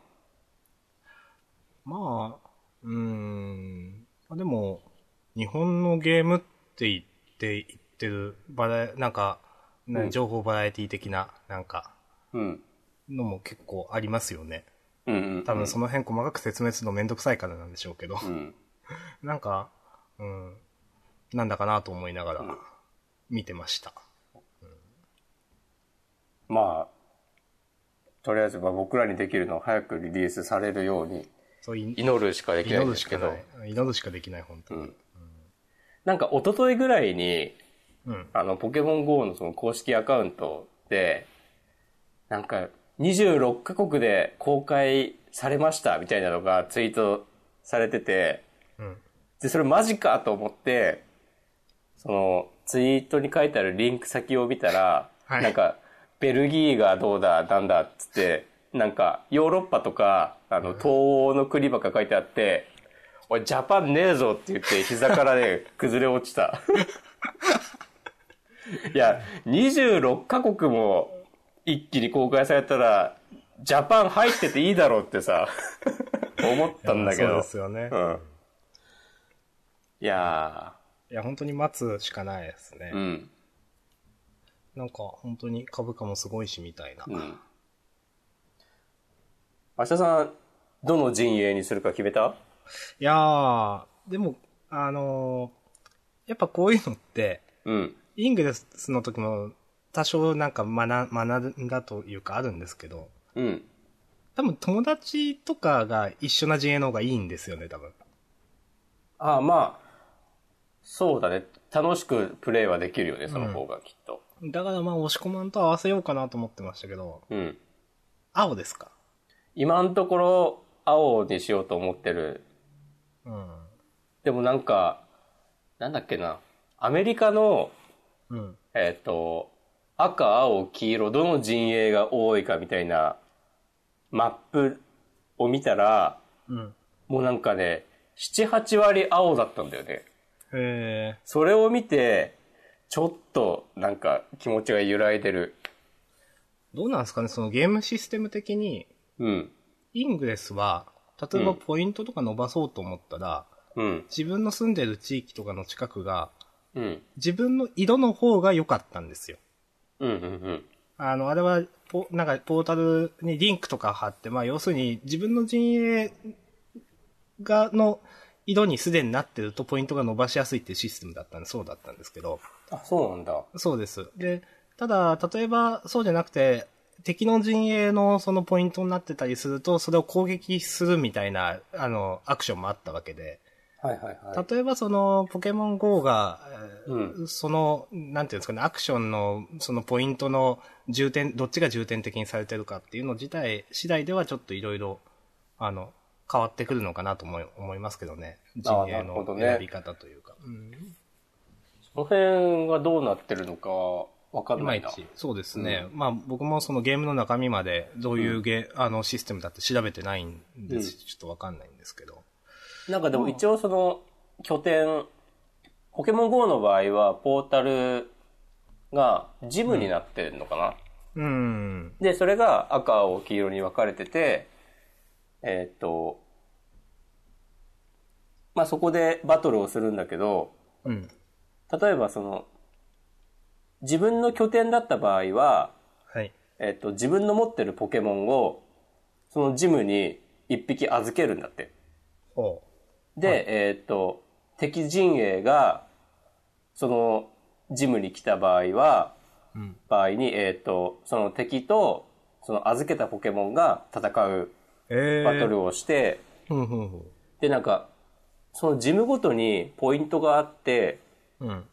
S2: まあ、うーん。まあでも、日本のゲームって言って、言ってる、バラ、なんか、ね
S1: うん
S2: 情報バラエティ的な、なんか、
S1: うん
S2: のも結構ありますよね。
S1: うんうん
S2: 多分その辺細かく説明するのめんどくさいからなんでしょうけど。
S1: うん
S2: なんか、うん、なんだかなと思いながら見てました。
S1: まあとりあえずまあ僕らにできるのは早くリリースされるように
S2: そうい
S1: 祈るしかできないん
S2: 祈
S1: で
S2: るし
S1: すけ
S2: か
S1: ど
S2: ない。祈るしかできない、本当
S1: う
S2: に。
S1: んなんか一昨日ぐらいに、
S2: うん。
S1: あの、ポケモン GO のその公式アカウントで、なんか、26カ国で公開されましたみたいなのがツイートされてて、
S2: うん。
S1: で、それマジかと思って、その、ツイートに書いてあるリンク先を見たら、
S2: はい
S1: なんか、ベルギーがどうだ、なんだっつって、なんか、ヨーロッパとか、あの、東欧の国ばっか書いてあって、おい、ジャパンねえぞって言って、膝から ね、崩れ落ちた。いや、26カ国も一気に公開されたら、ジャパン入ってていいだろうって さ、思ったんだけど。
S2: そうですよね。
S1: うん。いや
S2: いや、本当に待つしかないですね。
S1: ー、うん。
S2: なんか、本当に株価もすごいし、みたいな。
S1: うん。明日さん、どの陣営にするか決めた
S2: いやー、でも、あのーやっぱこういうのって、
S1: うん。
S2: イングレスの時も多少なんか学学んだというかあるんですけど、
S1: うん。
S2: 多分友達とかが一緒な陣営の方がいいんですよね、多分。
S1: ああ、まあ、そうだね。楽しくプレイはできるよね、その方がきっと。
S2: だからまあ、押し込まんと合わせようかなと思ってましたけど、
S1: うん。
S2: 青ですか
S1: 今のところ、青にしようと思ってる。
S2: うん。
S1: でもなんか、なんだっけな。アメリカの、
S2: うん。
S1: えっ、と、赤、青、黄色、どの陣営が多いかみたいなマップを見たら、
S2: うん。
S1: もうなんかね、7、8割青だったんだよね。
S2: へえ。
S1: それを見て、ちょっとなんか気持ちが揺らいでる。
S2: どうなんですかね、そのゲームシステム的に、
S1: うん。
S2: イングレスは、例えば
S1: うん
S2: ポイントとか伸ばそうと思ったら、
S1: うん。
S2: 自分の住んでる地域とかの近くが、
S1: うん。
S2: 自分の色の方が良かったんですよ。
S1: うん。うん。
S2: あの、あれはポ、なんかポータルにリンクとか貼って、まあ要するに自分の陣営が、の色にすでになってるとポイントが伸ばしやすいっていうシステムだったんで、そうだったんですけど、
S1: あ、そうなんだ。
S2: そうです。で、ただ、例えばそうじゃなくて、敵の陣営のそのポイントになってたりすると、それを攻撃するみたいな、あの、アクションもあったわけで、
S1: はいはいはい。
S2: 例えばその、ポケモン GO が、えー
S1: う
S2: その、なんていうんですかね、アクションの、そのポイントの重点、どっちが重点的にされてるかっていうの自体、次第ではちょっといろいろ、あの、変わってくるのかなと思い思いますけどね。陣
S1: あー
S2: 営
S1: なるほ
S2: の
S1: どね
S2: 選び方というか。うん
S1: その辺がどうなってるのかわかん
S2: い
S1: な
S2: ま
S1: い
S2: い
S1: な。
S2: ち、そうですね。まあ僕もそのゲームの中身までどういうゲ、あのシステムだって調べてないんです、
S1: うん
S2: ちょっとわかんないんですけど。
S1: なんかでも一応その拠点、ポケモン GO の場合はポータルがジムになってるのかな、
S2: うん。
S1: で、それが赤、青、黄色に分かれてて、えーっと、まあ、そこでバトルをするんだけど、
S2: うん。
S1: 例えばその、自分の拠点だった場合は、
S2: はい。
S1: えーっと、自分の持ってるポケモンを、そのジムに一匹預けるんだって。
S2: ほ
S1: で、えーっと、敵陣営が、その、ジムに来た場合は、
S2: う。うん。
S1: 場合に、えーっと、その敵と、その預けたポケモンが戦う
S2: ええー。
S1: バトルをして、
S2: ふんふんふん。
S1: で、なんか、そのジムごとにポイントがあって、
S2: うん。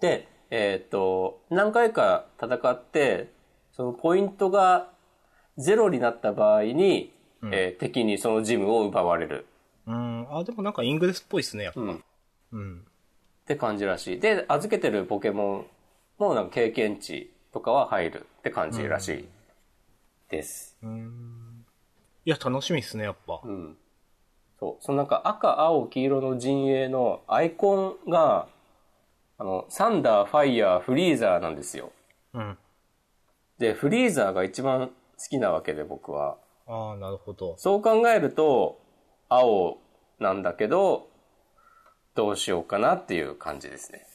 S1: で、えーっと、何回か戦って、そのポイントがゼロになった場合に、えー敵にそのジムを奪われる。
S2: うん。あ、でもなんかイングレスっぽいですね、やっぱ。
S1: うん。
S2: うん。
S1: って感じらしい。で、預けてるポケモンもなんか経験値とかは入るって感じらしいです。
S2: いや、楽しみですね、やっぱ。
S1: うん。そう。そのなんか赤、青、黄色の陣営のアイコンが、あの、サンダー、ファイヤー、フリーザーなんですよ。
S2: うん。
S1: で、フリーザーが一番好きなわけで僕は。
S2: ああ、なるほど。
S1: そう考えると、青なんだけど、どうしようかなっていう感じですね。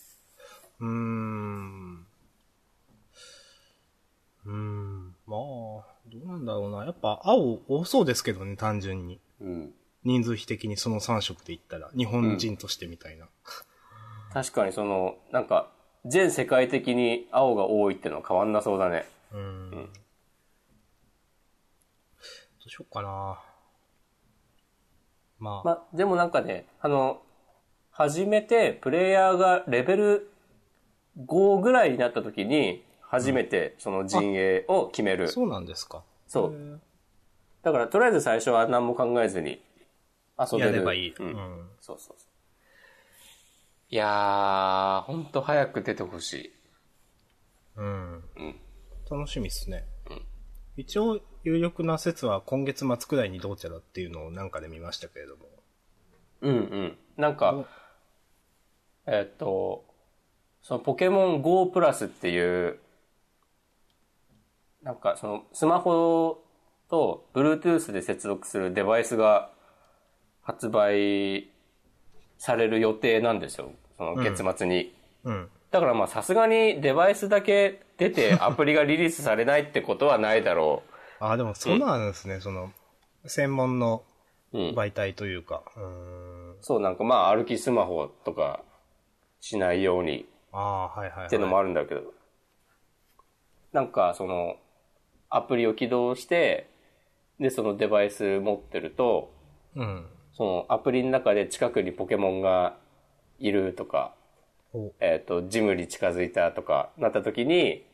S2: うーん。うーん。まあ、どうなんだろうな。やっぱ青多そうですけどね、単純に。
S1: うん。
S2: 人数比的にその3色で言ったら、日本人としてみたいな。
S1: 確かにその、なんか、全世界的に青が多いってのは変わんなそうだね。
S2: うーん。どうしようかな。まあ、
S1: ま、でもなんかね、あの、初めてプレイヤーがレベル5ぐらいになった時に、初めてその陣営を決める。
S2: そうなんですか。
S1: そ
S2: へ
S1: う。
S2: ー
S1: だからとりあえず最初は何も考えずに遊べ
S2: や
S1: る。
S2: ればいい。
S1: う。
S2: うんん。
S1: そうそうそう。いやー、ほんと早く出てほしい。
S2: うん。
S1: うん
S2: 楽しみっすね。一応、有力な説は今月末くらいにどうちゃだっていうのをなんかで見ましたけれども。
S1: うんうん。なんか
S2: お、
S1: えっと、そのポケモン GO プラスっていう、なんかそのスマホと Bluetooth で接続するデバイスが発売される予定なんですよ。その月末に。
S2: うん。
S1: だからまあさすがにデバイスだけ出てアプリがリリースされないってことはないだろ
S2: ああ、でもそうなんですね。その、専門の
S1: う。 うん。
S2: 媒体というか。うーん。
S1: そうなんかまあ歩きスマホとかしないように
S2: ああ、はいはい、はい。
S1: っていうのもあるんだけど、なんかそのアプリを起動してでそのデバイス持ってると
S2: うん。
S1: そのアプリの中で近くにポケモンがいるとか、
S2: お
S1: えっとジムに近づいたとかなった時に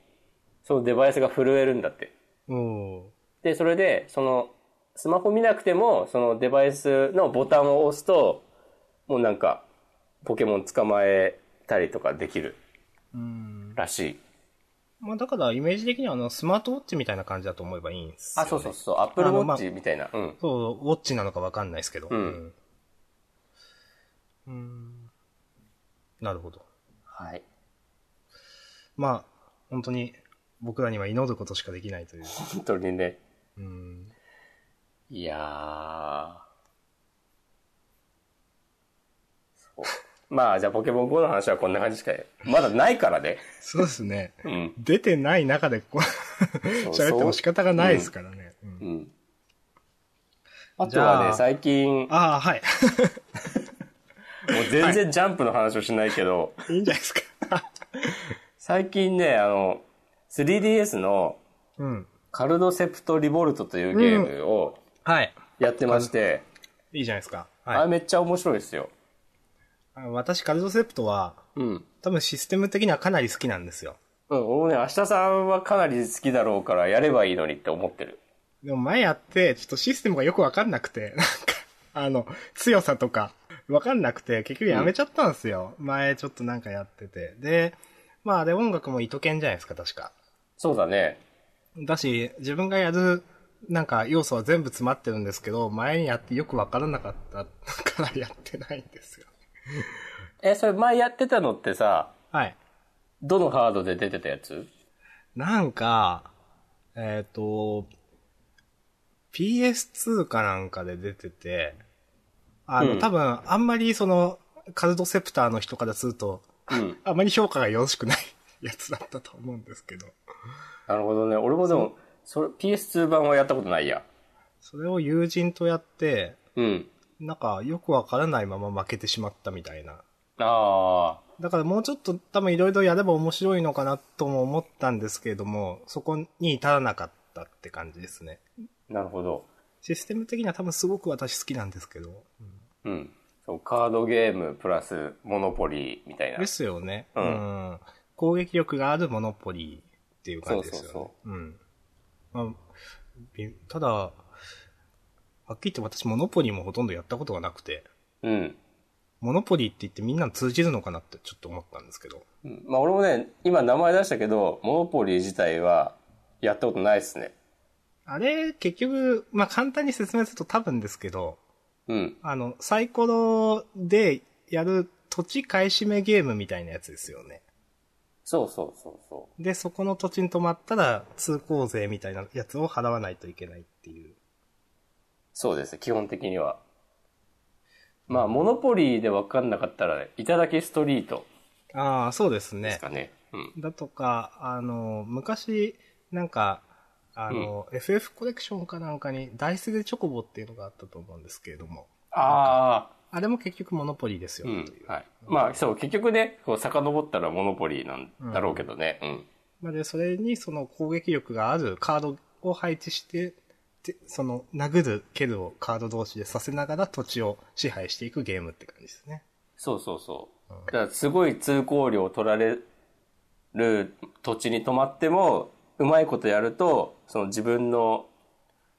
S1: そのデバイスが震えるんだって
S2: お
S1: でそれでそのスマホ見なくてもそのデバイスのボタンを押すともうなんかポケモン捕まえたりとかできる
S2: うん。
S1: らしい
S2: まあだから、イメージ的にはあの、スマートウォッチみたいな感じだと思えばいいんですよ、
S1: あ、
S2: ね。
S1: そうそうそう。アップルウ
S2: あ
S1: ォ
S2: のま
S1: ッ
S2: あ
S1: チみたいな。うん。
S2: そう、ウォッチなのかわかんないですけど。
S1: うん
S2: うん。うんなるほど。
S1: はい。
S2: まあ、本当に僕らには祈ることしかできないという。
S1: 本当にね。
S2: うん。
S1: いやー。そう。まあ、じゃあポケモン GO の話はこんな感じしか、まだないからね。
S2: そうですね。
S1: うん。
S2: 出てない中でこう、
S1: そう
S2: 喋っても仕方がないですからね。うん
S1: うん。あ
S2: じ
S1: と
S2: ゃあ
S1: はね、最近、もう
S2: ああ、はい。
S1: 全然ジャンプの話をしないけど、
S2: いいんじゃないですか。
S1: 最近ね、あの、3DS の
S2: うん。
S1: カルドセプトリボルトというゲームを
S2: はい。
S1: やってまして、
S2: いいじゃないですか。
S1: あ
S2: は
S1: れめっちゃ面白いですよ。
S2: い。私、カルドセプトは、
S1: うん。
S2: 多分システム的にはかなり好きなんですよ。
S1: うん、俺もね、明日さんはかなり好きだろうからやればいいのにって思ってる。
S2: でも前やって、ちょっとシステムがよくわかんなくて、なんか、 あの、強さとか、わかんなくて、結局やめちゃったんですよ。前ちょっとなんかやってて。で、まあ、で、音楽も糸犬じゃないですか、確か。
S1: そうだね。
S2: だし、自分がやる、なんか要素は全部詰まってるんですけど、前にやってよくわからなかったからやってないんですよ。
S1: え、それ前やってたのってさ、
S2: はい。
S1: どのハードで出てたやつ
S2: なんか、えっ、と、PS2 かなんかで出てて、あの、
S1: うん
S2: 多分、あんまりその、カルドセプターの人からすると、
S1: うん。
S2: あまり評価がよろしくない やつだったと思うんですけど、
S1: なるほどね。俺もでも、それ PS2 版はやったことないや。
S2: それを友人とやって、
S1: うん。
S2: なんか、よくわからないまま負けてしまったみたいな
S1: あ
S2: だからもうちょっと多分いろいろやれば面白いのかなとも思ったんですけれども、そこに至らなかったって感じですね。
S1: あ、なるほど。
S2: システム的には多分すごく私好きなんですけど。
S1: うん。そう、カードゲームプラスモノポリーみたいな
S2: で。すよね。
S1: う
S2: うん。攻撃力があるモノポリーっていう感じですよ
S1: そ
S2: ね。
S1: うそう
S2: うん。まあびただ、はっきり言って私モノポリーもほとんどやったことがなくて、
S1: うん。
S2: モノポリーって言ってみんなに通じるのかなってちょっと思ったんですけど。
S1: うんまあ俺もね、今名前出したけど、モノポリー自体はやったことないっすね。
S2: あれ、結局、まあ簡単に説明すると多分ですけど、
S1: うん。
S2: あの、サイコロでやる土地買い占めゲームみたいなやつですよね。
S1: そうそうそうそ
S2: で、そこの土地に止まったら通行税みたいなやつを払わないといけないっていう。
S1: う。そうです、基本的には。まあ、モノポリーで分かんなかったら、いただきストリート
S2: ああ、そうです
S1: で
S2: ね
S1: す。かね。うん。
S2: だとか、あの、昔、なんか、あの、FF コレクションかなんかに、ダイスでチョコボっていうのがあったと思うんですけれども、
S1: ああ、
S2: あれも結局モノポリーですよ、
S1: う
S2: とい
S1: ん
S2: う。。
S1: はい。まあ、そう、結局ね、こう遡ったらモノポリーなんだろうけどね。うん。
S2: まあで、それにその攻撃力があるカードを配置して、でその殴る、蹴るをカード同士でさせながら土地を支配していくゲームって感じですね。
S1: そうそうそう
S2: うん。
S1: だから、すごい通行量を取られる土地に泊まっても、うまいことやると、その自分の、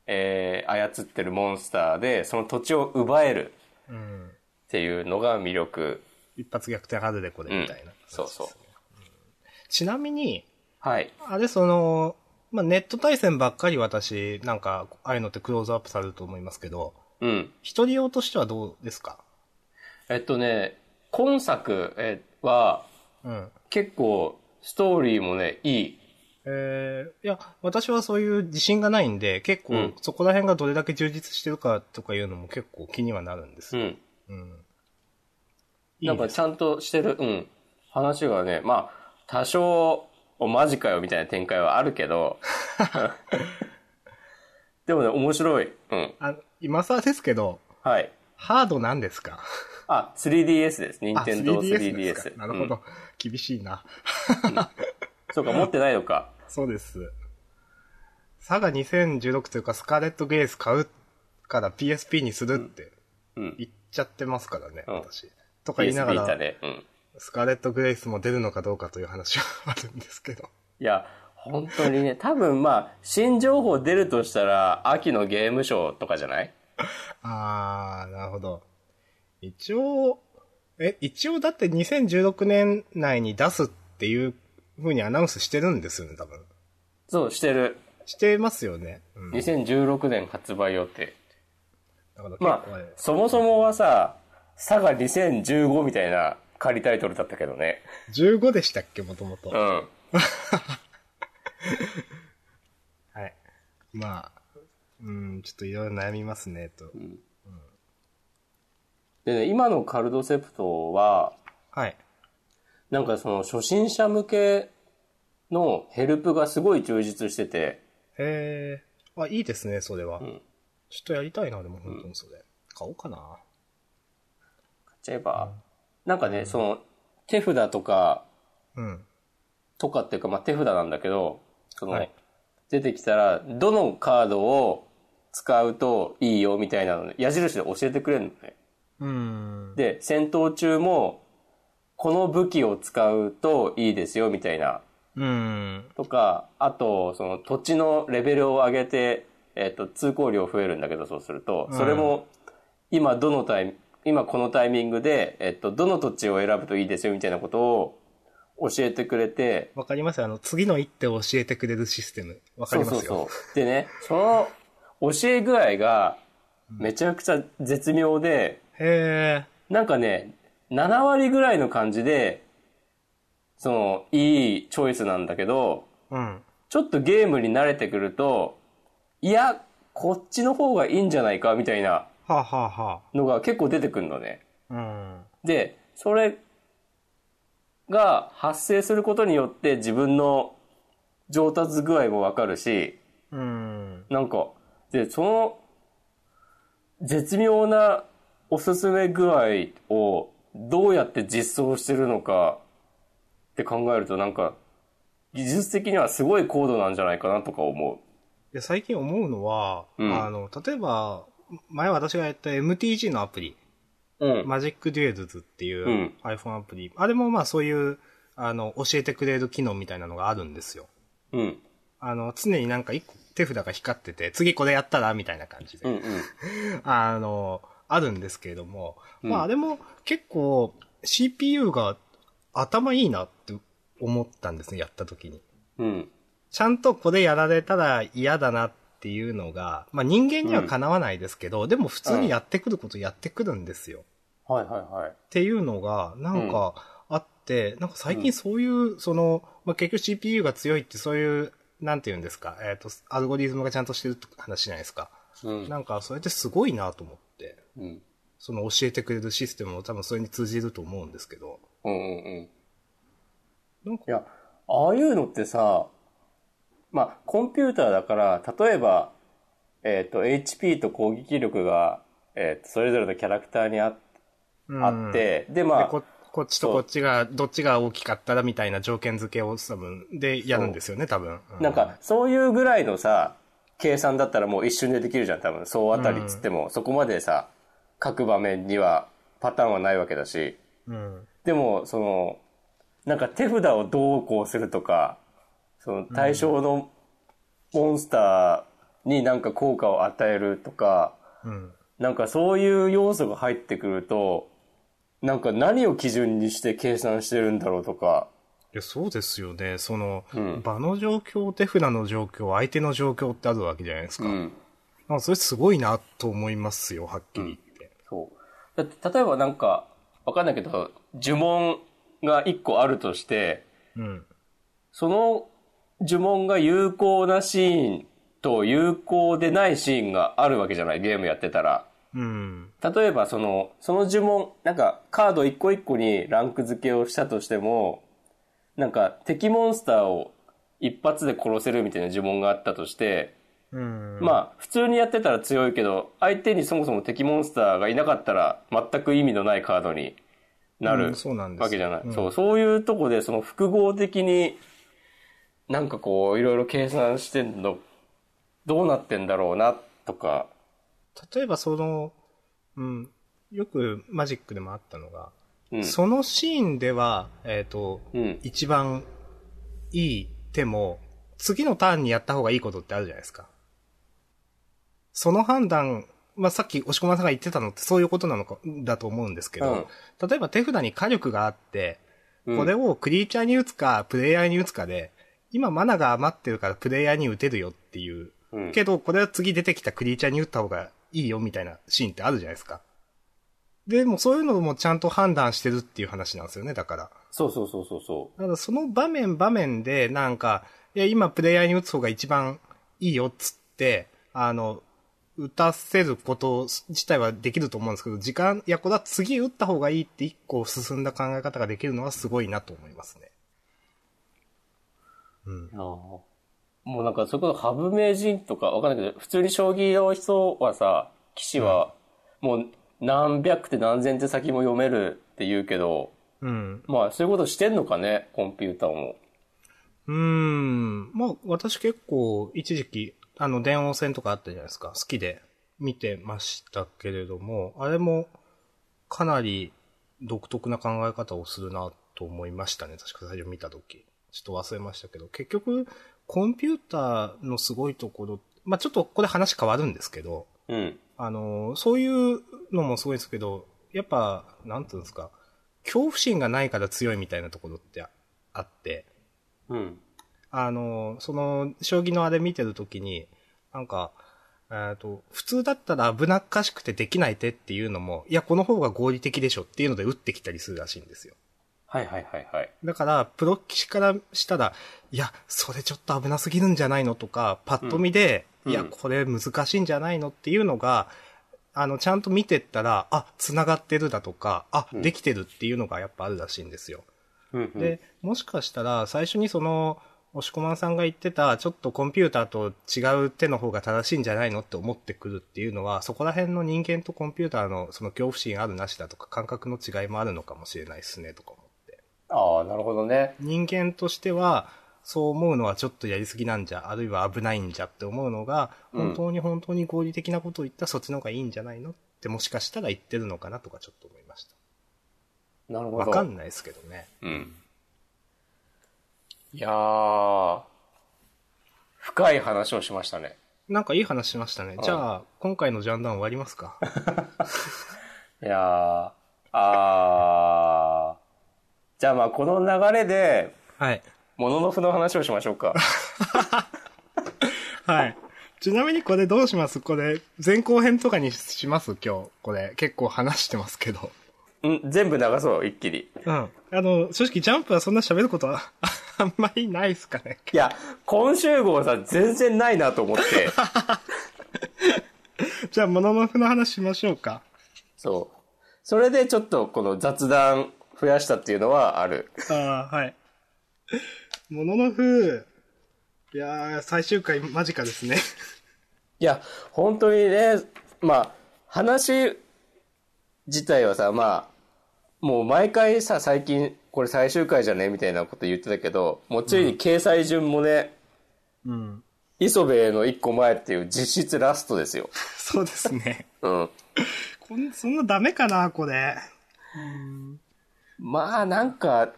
S1: えー操ってるモンスターで、その土地を奪える
S2: うん。
S1: っていうのが魅力。
S2: 一発逆転あるでこれみたいな、
S1: うんそうそう
S2: うんちなみに、
S1: はい。
S2: あれその、まあ、ネット対戦ばっかり私、なんか、ああいうのってクローズアップされると思いますけど、
S1: うん。
S2: 一人用としてはどうですか
S1: えっとね、今作えーは、
S2: うん。
S1: 結構、ストーリーもね、いい。
S2: えーいや、私はそういう自信がないんで、結
S1: う
S2: 構
S1: ん、
S2: そこら辺がどれだけ充実してるかとかいうのも結構気にはなるんです
S1: う
S2: よ。
S1: ん。
S2: うん。
S1: なんかちゃんとしてる、うん。話がね、まあ、多少、お、マジかよ、みたいな展開はあるけ ど。でもね、面白い。うん。
S2: あ今更ですけど、
S1: はい。
S2: ハードなんですか
S1: あ、3DS です。任天堂 3DS。
S2: ですかなるほど、
S1: うん
S2: 厳しいな。
S1: そうか、持ってないのか。
S2: そうです。サガ2016というか、スカーレット・ゲイス買うから PSP にするって
S1: うん。
S2: 言っちゃってますからね、
S1: うん
S2: 私。とか言いな
S1: PS
S2: が
S1: ビータ
S2: ら、
S1: で。うん。
S2: スカーレット・グレイスも出るのかどうかという話はあるんですけど。
S1: いや、本当にね、多分まあ、新情報出るとしたら、秋のゲームショーとかじゃない
S2: あー、なるほど。一応、え、一応だって2016年内に出すっていう風にアナウンスしてるんですよね、多分。
S1: そう、してる。
S2: してますよね。うん。だ
S1: 2016年発売予定。
S2: から結構
S1: ま
S2: あ
S1: あ
S2: れ、
S1: そもそもはさ、佐賀2015みたいな仮タイトルだったけどね。
S2: 15でしたっけ、もともと。
S1: うん。
S2: はい。まあ、うん、ちょっといろいろ悩みますね、と。
S1: でね、今のカルドセプトは、
S2: はい。
S1: なんかその初心者向けのヘルプがすごい充実してて、
S2: へえ。あ、いいですね、それは。
S1: ん
S2: ちょっとやりたいな、でも本当にそれ。買おうかな。
S1: 買っちゃえば、なんかね、その手札とか、
S2: うん。
S1: とかっていうか、まあ、手札なんだけど、その、
S2: はい
S1: 出てきたら、どのカードを使うといいよみたいなのね、矢印で教えてくれるのね。
S2: うん。
S1: で、戦闘中も、この武器を使うといいですよ、みたいな。
S2: うん。
S1: とか、あと、その土地のレベルを上げて、えっ、と、通行量増えるんだけど、そうすると、それも、今どのタイミ今このタイミングで、えっと、どの土地を選ぶといいですよみたいなことを教えてくれて、
S2: わかりますあの、次の一手を教えてくれるシステム。わかります
S1: そ
S2: よ。
S1: うそうそう。でね、その教え具合がめちゃくちゃ絶妙で、
S2: へえ。
S1: なんかね、7割ぐらいの感じで、その、いいチョイスなんだけど、
S2: うん。
S1: ちょっとゲームに慣れてくると、いや、こっちの方がいいんじゃないかみたいな
S2: はあ、はあは
S1: のが結構出てくるのね。
S2: あ、うん。
S1: で、それが発生することによって自分の上達具合もわかるし、
S2: うん。
S1: なんか、で、その絶妙なおすすめ具合をどうやって実装してるのかって考えるとなんか、技術的にはすごい高度なんじゃないかなとか思
S2: で最近思うのは、
S1: うん
S2: あの、例えば、前私がやった MTG のアプリ、
S1: う。うん。
S2: マジックデュエルズっていううん iPhone アプリ、あれもまあそういう、あの、教えてくれる機能みたいなのがあるんですよ。
S1: うん。
S2: あの、常になんか一個手札が光ってて、次これやったらみたいな感じで。
S1: うん。
S2: あの、あるんですけれども、
S1: うん
S2: まああれも結構 CPU が頭いいなって思ったんですね、やった時に。
S1: うん。
S2: ちゃんとこれやられたら嫌だなっていうのが、まあ人間にはかなわないですけど、でも普通にやってくることやってくるんですよ。
S1: はいはいはい。
S2: っていうのが、なんかあって、なんか最近そういう、その、まあ、結局 CPU が強いってそういう、なんて言うんですか、えっ、と、アルゴリズムがちゃんとしてるって話じゃないですか。
S1: うん。
S2: なんか、それってすごいなと思って、
S1: うん。
S2: その教えてくれるシステムも多分それに通じると思うんですけど。
S1: うんうんうん。
S2: なんか
S1: いや、ああいうのってさ、まあ、コンピューターだから、例えば、えっ、と、HP と攻撃力が、えっとそれぞれのキャラクターにあ
S2: うん
S1: あっ、
S2: で
S1: て、で、まあ、
S2: こ、こっちとこっちが、どっちが大きかったらみたいな条件付けを多分、でやるんですよね、多分。う
S1: なんか、、そういうぐらいのさ、計算だったらもう一瞬でできるじゃん、多分。総当たりっつっても、そこまでさ、各場面にはパターンはないわけだし。
S2: うん。
S1: でも、その、なんか手札をどうこうするとか、その対象のモンスターになんか効果を与えるとか、
S2: うん。
S1: なんかそういう要素が入ってくると、なんか何を基準にして計算してるんだろうとか、
S2: いや、そうですよね。その、
S1: うん
S2: 場の状況、手札の状況、相手の状況ってあるわけじゃないですか。
S1: うん。
S2: なんかそれすごいなと思いますよ、はっきり言って。
S1: そう。だって例えばなんか、わかんないけど、呪文が1個あるとして、
S2: うん。
S1: その呪文が有効なシーンと有効でないシーンがあるわけじゃない、ゲームやってたら。
S2: うん。
S1: 例えばその、その呪文、なんかカード一個一個にランク付けをしたとしても、なんか敵モンスターを一発で殺せるみたいな呪文があったとして、
S2: うん。
S1: まあ普通にやってたら強いけど、相手にそもそも敵モンスターがいなかったら全く意味のないカードにな
S2: う
S1: る
S2: んそうなんです
S1: わけじゃない。
S2: うん
S1: そう、そういうとこでその複合的になんかこういろいろ計算してんの、どうなってんだろうなとか、
S2: 例えばその、うん。よくマジックでもあったのが、
S1: うん。
S2: そのシーンでは、えっ、と、
S1: うん。
S2: 一番いい手も、次のターンにやった方がいいことってあるじゃないですか。その判断、まあ、さっき押し込まさんが言ってたのってそういうことなのか、だと思うんですけど、例えば手札に火力があって、
S1: うん
S2: これをクリーチャーに打つか、プレイヤーに打つかで、今マナが余ってるからプレイヤーに打てるよっていう。
S1: うん
S2: けど、これは次出てきたクリーチャーに打った方がいいよみたいなシーンってあるじゃないですか。でもそういうのもちゃんと判断してるっていう話なんですよね、だから。
S1: そうそうそうそうそう。
S2: ただその場面場面で、なんか、いや、今プレイヤーに打つ方が一番いいよっつって、あの、打たせること自体はできると思うんですけど、時間、いや、これは次打った方がいいって一個進んだ考え方ができるのはすごいなと思いますね。うん。
S1: ああもうなんか、それこそ、ハブ名人とか、わかんないけど、普通に将棋の人はさ、棋士は、もう何百手何千手先も読めるって言うけど、
S2: うん。
S1: まあ、そういうことしてんのかね、コンピューターも。
S2: うーん。まあ、私結構、一時期、あの、電王戦とかあったじゃないですか。好きで見てましたけれども、あれも、かなり独特な考え方をするなと思いましたね。確か最初見た時。ちょっと忘れましたけど、結局、コンピューターのすごいところ、まあ、ちょっとこれ話変わるんですけど、
S1: うん。
S2: あの、そういうのもすごいんですけど、やっぱ、なんていうんですか、恐怖心がないから強いみたいなところってああって、
S1: うん。
S2: あの、その、将棋のあれ見てるときに、なんか、えっと、普通だったら危なっかしくてできない手っていうのも、いや、この方が合理的でしょっていうので打ってきたりするらしいんですよ。
S1: はいはいはいはい。
S2: だから、プロ棋士からしたら、いや、それちょっと危なすぎるんじゃないのとか、パッと見で、
S1: うん
S2: いや、
S1: うん
S2: これ難しいんじゃないのっていうのが、あの、ちゃんと見てったら、あ、繋がってるだとか、あ、
S1: うん
S2: できてるっていうのがやっぱあるらしいんですよ。
S1: うん、うん。
S2: で、もしかしたら、最初にその、押し込まんさんが言ってた、ちょっとコンピューターと違う手の方が正しいんじゃないのって思ってくるっていうのは、そこら辺の人間とコンピューターのその恐怖心あるなしだとか、感覚の違いもあるのかもしれないですね、とか思って。
S1: ああ、なるほどね。
S2: 人間としては、そう思うのはちょっとやりすぎなんじゃ、あるいは危ないんじゃって思うのが、
S1: うん
S2: 本当に本当に合理的なことを言ったらそっちの方がいいんじゃないのってもしかしたら言ってるのかなとかちょっと思いました。
S1: なるほど。
S2: わかんないですけどね。
S1: うん。いやー、深い話をしましたね。
S2: なんかいい話しましたね。じゃあ、今回のジャンダン終わりますか
S1: いやー、あー。じゃあまあこの流れで、
S2: はい。
S1: もののふの話をしましょう か。
S2: はい。ちなみにこれどうしますこれ、前後編とかにします今日。これ、結構話してますけど。
S1: うん、全部流そう、一気に。
S2: うん。あの、正直ジャンプはそんな喋ることはあんまりないですかね。
S1: いや、今週号さ、全然ないなと思って。
S2: じゃあ、もののふの話しましょうか。
S1: そう。それでちょっとこの雑談増やしたっていうのはある。
S2: ああ、はい。もののふ、いやー、最終回間近ですね。
S1: いや、本当にね、まあ、話自体はさ、まあ、もう毎回さ、最近、これ最終回じゃねみたいなこと言ってたけど、もうついに掲載順もね、
S2: うん。
S1: 磯部の一個前っていう実質ラストですよ。
S2: そうですね。
S1: うん。
S2: こん、そんなダメかな、これ。
S1: まあ、なんか、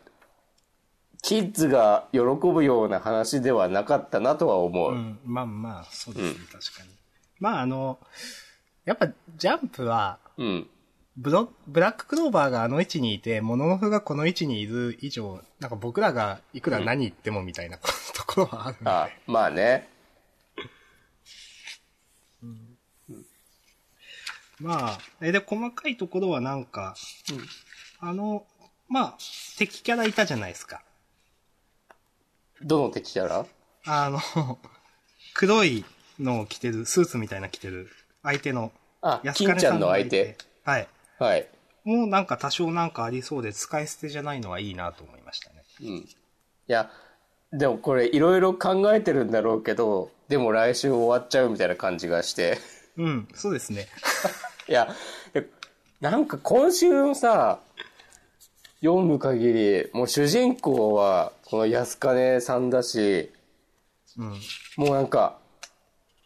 S1: キッズが喜ぶような話ではなかったなとは思う。
S2: ん、まあまあ、そうですね、確かに。まあ、あの、やっぱ、ジャンプは、
S1: うん。
S2: ブロブラッククローバーがあの位置にいて、モノノフがこの位置にいる以上、なんか僕らがいくら何言ってもみたいな ところはあるんで。
S1: あ、まあね。
S2: まあ、え、で、細かいところはなんか、あの、まあ、敵キャラいたじゃないですか。
S1: どの敵キャラ
S2: あの、 黒いのを着てる、スーツみたいな着てる、相手の、
S1: あ、
S2: 安
S1: 金
S2: 金
S1: ちゃ
S2: さ
S1: ん
S2: ん
S1: の
S2: の
S1: 相
S2: 相
S1: 手
S2: 手。。はい。
S1: はい。
S2: もうなんか多少なんかありそうで、使い捨てじゃないのはいいなと思いましたね。
S1: いや、でもこれいろいろ考えてるんだろうけど、でも来週終わっちゃうみたいな感じがして。
S2: うん、そうですね。
S1: いや、いやなんか今週のさ、読む限り、もう主人公はこの安金さんだし、
S2: うん。
S1: もうなんか、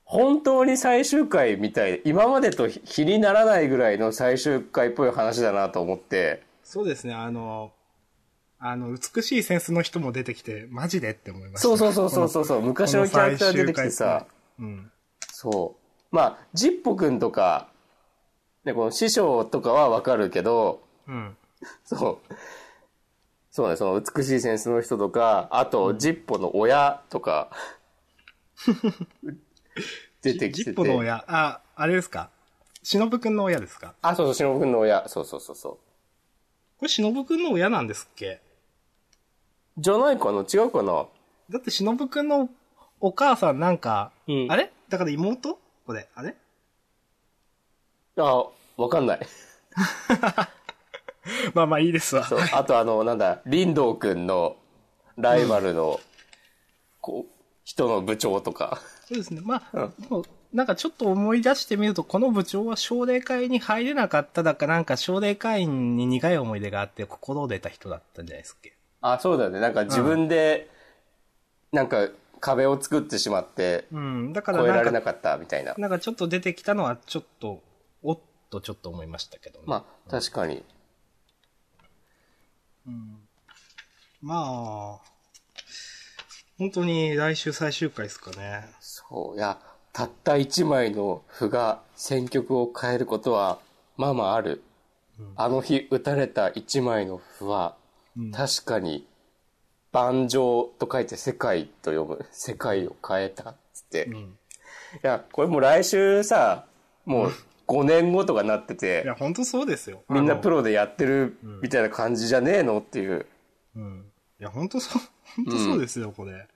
S1: 本当に最終回みたい、今までと比にならないぐらいの最終回っぽい話だなと思って、
S2: そうですね、あの、あの、美しいセンスの人も出てきて、マジでって思いました。
S1: そうそうそうそうそうそう、昔のキャラクター出てきてさ、
S2: この最終回うん。
S1: そう。まあ、ジッポくんとか、ね、この師匠とかはわかるけど、
S2: うん。
S1: そう。そうね、その美しいセンスの人とか、あと、ジッポの親とか、出てき
S2: ジ
S1: て
S2: ッポの
S1: て。
S2: 親、あ、あれですかしのぶくんの親ですか
S1: あ、そうそう、しのぶくんの親。そうそうそうそ
S2: これしのぶくんの親なんですっけ
S1: う。じゃないかな違うかな
S2: だってしのぶくんのお母さんなんか、
S1: うん
S2: あれだから妹これ、あれ
S1: あ、わかんない。
S2: まあまあいいですわ
S1: そ。う。あと、あの、なんだ、林道くんのライバルの、こう、人の部長とか。
S2: そうですね。まあ、でもなんかちょっと思い出してみると、この部長は奨励会に入れなかっただかなんか奨励会員に苦い思い出があって心を出た人だったんじゃないですっけ。
S1: あ、そうだよね。なんか自分で、なんか壁を作ってしまって、
S2: うん。だから
S1: 越えら
S2: なん
S1: れ
S2: か、
S1: なかったみたいな。
S2: なんかちょっと出てきたのはちょっと、おっとちょっと思いましたけどね。
S1: まあ、確かに。
S2: まあ、本当に来週最終回ですかね。
S1: そう。いや、たった一枚の歩が戦局を変えることはまあまあある。
S2: うん
S1: あの日打たれた一枚の符は、
S2: うん
S1: 確かに、万丈と書いて世界と読む。世界を変えた。つって。
S2: うん
S1: いや、これもう来週さ、もう5年後とかなって
S2: い
S1: て
S2: や、、本当そうですよ。
S1: みんな
S2: あの
S1: プロでやってるみたいな感じじゃねえのっていう。
S2: うん。いや、本当そう、 本当そうですよ、これ。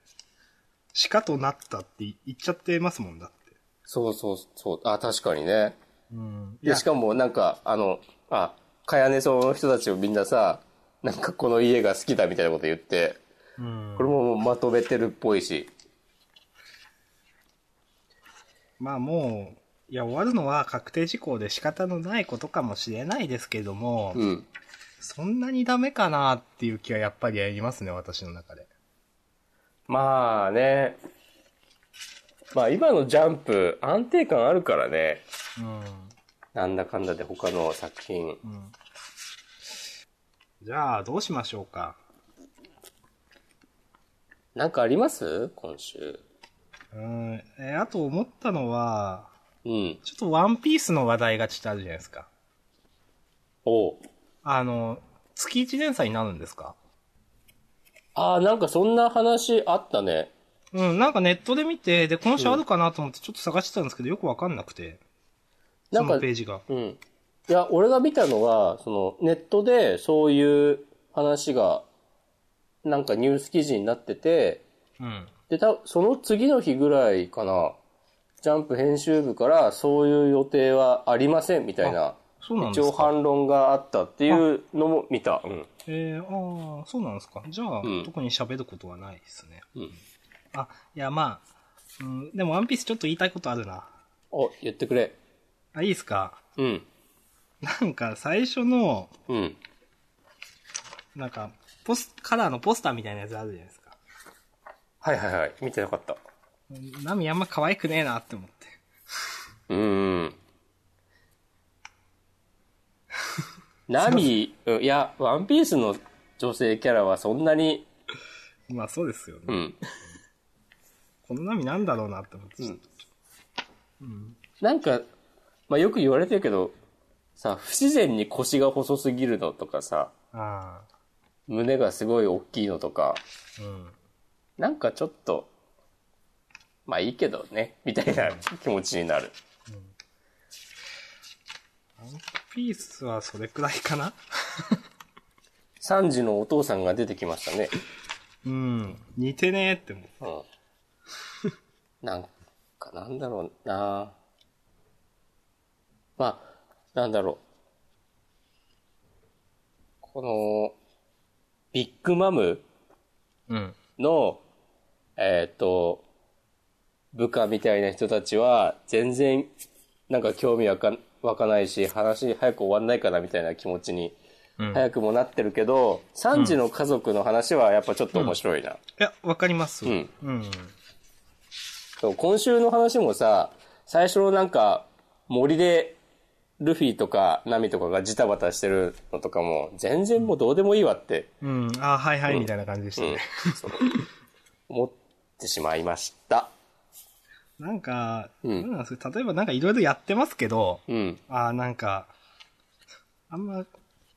S2: しかとなったって言っちゃってますもんだって。
S1: そうそうそう。あ、確かにね。
S2: うん。い
S1: で、
S2: や
S1: し、かもなんか、あの、あ、かやねその人たちをみんなさ、なんかこの家が好きだみたいなこと言って、
S2: うん
S1: これももうまとめてるっぽいし。
S2: まあもう、いや、終わるのは確定事項で仕方のないことかもしれないですけども、
S1: うん。
S2: そんなにダメかなっていう気はやっぱりありますね、私の中で。
S1: まあね。まあ今のジャンプ、安定感あるからね。
S2: うん。
S1: なんだかんだで他の作品。
S2: うん。じゃあ、どうしましょうか。
S1: なんかあります今週。
S2: うん。えーあと思ったのは、
S1: うん。
S2: ちょっとワンピースの話題がちょっとあるじゃないですか。
S1: おう
S2: あの、月1連載になるんですか
S1: ああ、なんかそんな話あったね。
S2: うん、なんかネットで見て、で、今週あるかなと思ってちょっと探してたんですけど、よくわかんなくて、
S1: な
S2: そ
S1: んか
S2: の、ページが。
S1: うん。いや、俺が見たのは、その、ネットでそういう話が、なんかニュース記事になってて、
S2: うん。
S1: で、た、その次の日ぐらいかな、ジャンプ編集部からそういう予定はありませんみたいな、
S2: そうなん
S1: 一
S2: で
S1: 応
S2: すか。
S1: 反論があったっていうのも見た。うん。
S2: えー、ああ、そうなんですか。じゃあ、
S1: うん
S2: 特に喋ることはないですね。
S1: うん。
S2: あ、いや、まあ、うん、でもワンピースちょっと言いたいことあるな。
S1: お、言ってくれ。
S2: あ、いいですか。
S1: うん。
S2: なんか、最初の、
S1: うん。
S2: なんか、ポス、カラーのポスターみたいなやつあるじゃないですか。
S1: はいはいはい。見てなかった。
S2: うんナミあんま可愛くねえなって思って。
S1: うーん。ナミ、うんいや、ワンピースの女性キャラはそんなに、
S2: まあ、そうですよね。
S1: うん。
S2: このナミなんだろうなって思って。
S1: うんなんか、まあ、よく言われてるけど、さ、不自然に腰が細すぎるのとかさ、
S2: ああ、
S1: 胸がすごい大きいのとか、
S2: うん。
S1: なんかちょっと、まあいいけどね、みたいな気持ちになる。
S2: ワンピースはそれくらいかな
S1: サンジのお父さんが出てきましたね。
S2: うん。似てねえって思う。
S1: うん。なんか、なんだろうなまあ、なんだろう。この、ビッグマム
S2: うん。
S1: の、えっ、と、部下みたいな人たちは、全然、なんか興味わか、わかないし、話早く終わんないかなみたいな気持ちに、
S2: うん、い
S1: 早くもなってるけど、サンジの家族の話はやっぱちょっと面白いな。
S2: や、わかります。
S1: うん。
S2: うん。
S1: そう、今週の話もさ、最初のなんか、森で、ルフィとかナミとかがジタバタしてるのとかも、全然もうどうでもいいわって、
S2: うん。ああ、はいはい、みたいな感じでしたね。
S1: うんそう思ってしまいました。
S2: なんか、
S1: うん
S2: なんなんですか例えばなんかいろいろやってますけど、
S1: うん、
S2: ああ、なんか、あんま、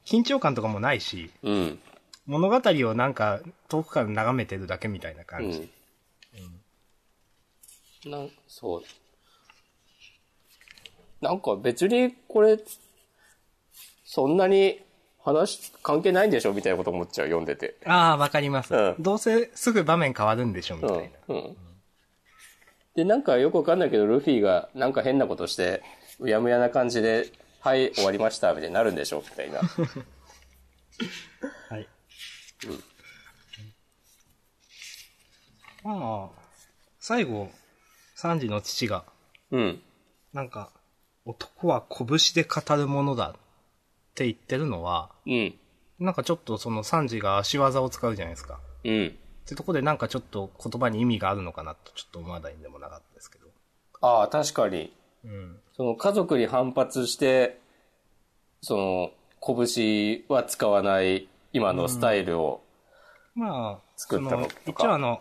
S2: 緊張感とかもないし、
S1: うん、
S2: 物語をなんか遠くから眺めてるだけみたいな
S1: う
S2: 感じ。
S1: ん。なんそう。なんか別にこれ、そんなに話関係ないんでしょみたいなこと思っちゃう、読んでて。
S2: ああ、わかります、
S1: うん
S2: どうせすぐ場面変わるんでしょ、みたいな。
S1: うん。で、なんかよくわかんないけど、ルフィがなんか変なことして、うやむやな感じで、はい、終わりました、みたいになるんでしょみ たいな。
S2: はい。まあ、最後、サンジの父が、
S1: うん。
S2: なんか、男は拳で語るものだって言ってるのは、
S1: うん。
S2: なんかちょっとそのサンジが足技を使うじゃないですか。
S1: うん。
S2: ってとこでなんかちょっと言葉に意味があるのかなとちょっと思わないんでもなかったですけど。
S1: ああ、確かに。
S2: うん。
S1: その家族に反発して、その、拳は使わない今のスタイルを、
S2: まあ、
S1: 作ったのとか
S2: そ一応あの、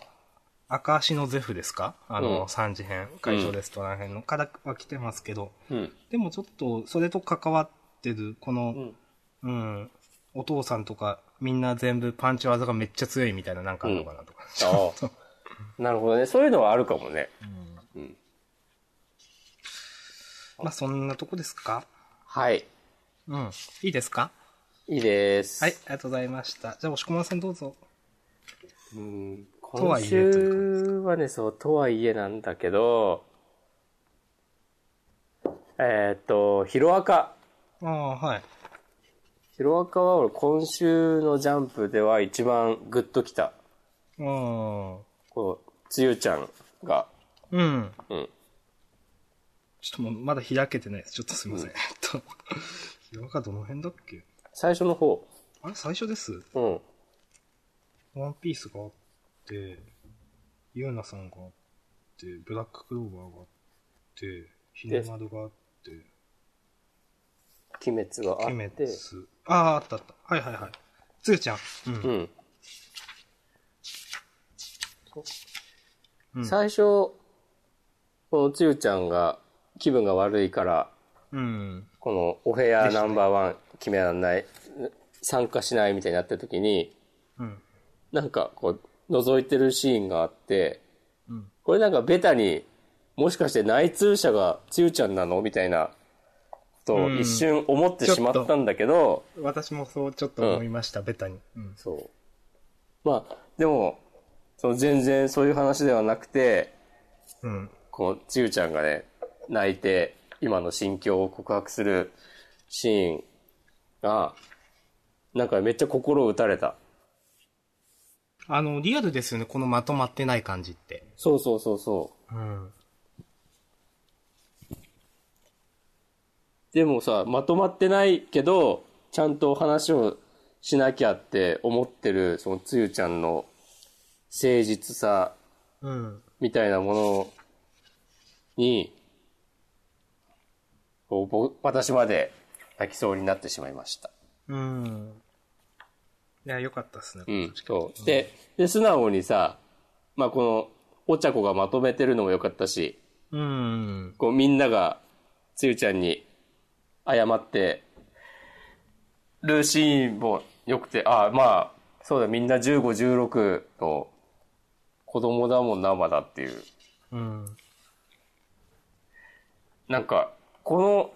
S2: 赤足のゼフですかあの、
S1: うん
S2: サンジ編、会場レストラン編のからは来てますけど、
S1: うん。
S2: でもちょっと、それと関わっってる、この、
S1: うん。
S2: うん。お父さんとか、みんな全部パンチ技がめっちゃ強いみたいななんかあるのかなとか。
S1: ああ。なるほどね。そういうのはあるかもね。うん。
S2: まあそんなとこですか
S1: はい。
S2: うん。いいですか
S1: いいです。
S2: はい、ありがとうございました。じゃあ、押し込まさんどうぞ。
S1: うん。
S2: と
S1: 今
S2: はいえという感じです
S1: 週はね、そう、とはいえなんだけど、えーっと、ヒロアカ。
S2: ああ、はい。
S1: ヒロアカは俺今週のジャンプでは一番グッときた。
S2: うん。
S1: こう、つゆちゃんが。
S2: うん。
S1: うん。
S2: ちょっともう、まだ開けてないです。ちょっとすいません。えっと、広がどの辺だっけ
S1: 最初の方。
S2: あれ、最初です。
S1: うん。
S2: ワンピースがあって、ユーナさんがあって、ブラッククローバーがあって、日の丸があって、
S1: 鬼滅があ
S2: 鬼
S1: って
S2: 滅。。ああ、あったあった。はいはいはい。つーちゃん。うん。
S1: うん。
S2: うん
S1: 最初、このつゆちゃんが気分が悪いから、
S2: うん。
S1: このお部屋ナンバーワン決めらんない、参加しないみたいになってる時に、
S2: うん。
S1: なんかこう、覗いてるシーンがあって、
S2: うん。
S1: これなんかベタに、もしかして内通者がつゆちゃんなのみたいな、と
S2: うん
S1: 一瞬思ってしまったんだけど、
S2: 私もそうちょっと思いました、ベタに。うん。
S1: そう。まあ、でも、その全然そういう話ではなくて、
S2: うん。
S1: このつゆちゃんがね、泣いて、今の心境を告白するシーンが、なんかめっちゃ心を打たれた。
S2: あの、リアルですよね、このまとまってない感じって。
S1: そうそうそうそ
S2: うん。
S1: う。でもさ、まとまってないけど、ちゃんと話をしなきゃって思ってる、そのつゆちゃんの誠実さ
S2: うん。
S1: みたいなものに、こうぼ私まで泣きそうになってしまいました。
S2: うん。いや、よかったですね。
S1: うん、そう。で、で、素直にさ、まあ、この、お茶子がまとめてるのも良かったし、
S2: うん。
S1: こう、みんなが、つゆちゃんに、謝って、るシーンも良くて、ああ、まあ、そうだ、みんな15、16の子供だもんな、まだっていう。
S2: うん。
S1: なんか、この、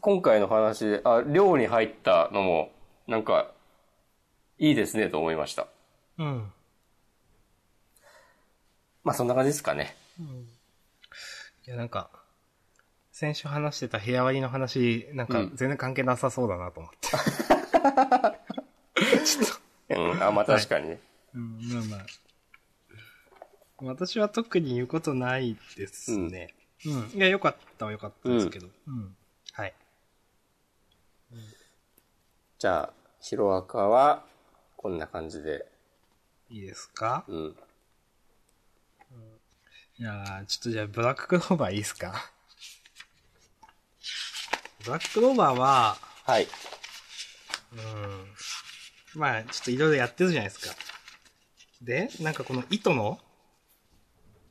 S1: 今回の話で、あ、寮に入ったのも、なんか、いいですね、と思いました。
S2: うん。
S1: まあ、そんな感じですかね。
S2: いや、なんか、先週話してた部屋割りの話、なんか全然関係なさそうだなと思って。
S1: うん、あ、まあ確かにね。
S2: うん、まあまあ。私は特に言うことないですね。うん。いや、よかったはよかったですけど。うん。はい。
S1: じゃあ、ヒロアカは、こんな感じで。
S2: いいですか
S1: うん。
S2: いやー、ちょっとじゃあ、ブラッククローバーいいですかブラッククローバーは、
S1: はい。
S2: うん。まあ、ちょっといろいろやってるじゃないですか。で、なんかこの糸の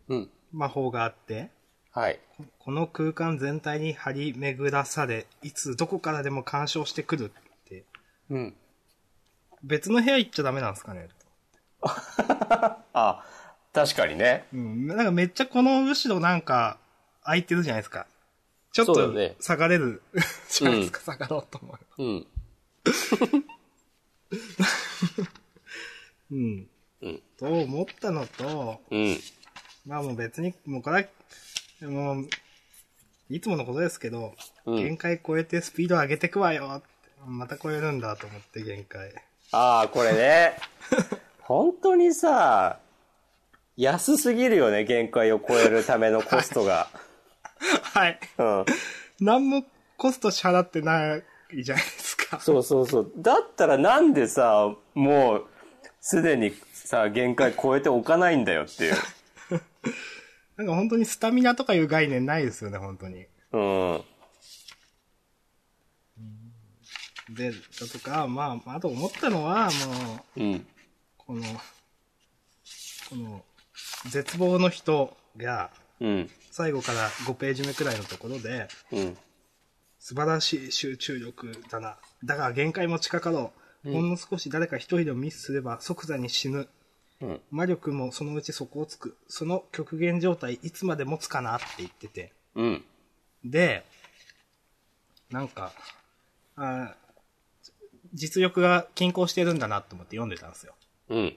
S1: うん。
S2: 魔法があって、
S1: はい。
S2: この空間全体に張り巡らされ、いつどこからでも干渉してくるって、
S1: うん。
S2: 別の部屋行っちゃダメなんですかね
S1: あ、確かにね。
S2: うん。なんかめっちゃこの後ろなんか空いてるじゃないですか。ちょっ
S1: そ
S2: と
S1: うだね
S2: 下がれる、 じゃないですか、下がろうと思う。
S1: うん。
S2: うん。
S1: うん。
S2: と思ったのと、
S1: うん。
S2: まあもう別に、もうこれは、もう、いつものことですけど、
S1: うん
S2: 限界超えてスピード上げてくわよってまた超えるんだと思って限界。
S1: ああ、これ ね。本当にさ、安すぎるよね、限界を超えるためのコストが。
S2: はい。
S1: うん。
S2: 何もコスト支払ってないじゃないですか。
S1: そうそうそう。だったらなんでさ、もう、すでにさ、限界超えておかないんだよっていう。
S2: なんか本当にスタミナとかいう概念ないですよね、本当に。
S1: うん。
S2: で、だとか、まあ、あと思ったのは、もう、
S1: うん。
S2: この、この、絶望の人が、
S1: うん。
S2: 最後から5ページ目くらいのところで、
S1: うん。
S2: 素晴らしい集中力だな。だが限界も近かろう。
S1: うん
S2: ほんの少し誰か一人でもミスすれば即座に死ぬ。
S1: うん。
S2: 魔力もそのうち底をつく。その極限状態いつまで持つかなって言ってて。
S1: うん。
S2: で、なんか、あ実力が均衡してるんだなと思って読んでたんですよ。
S1: うん。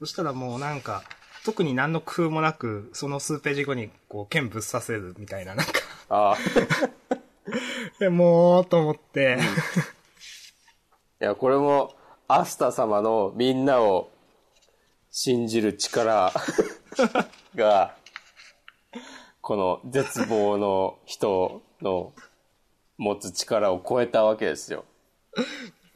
S2: そしたらもうなんか、特に何の工夫もなく、その数ページ後に、こう、剣ぶっ刺せるみたいな、なんか、
S1: ああ。
S2: でもう、と思って、
S1: いや、これも、アスタ様のみんなを信じる 力が、この絶望の人の持つ力を超えたわけですよ。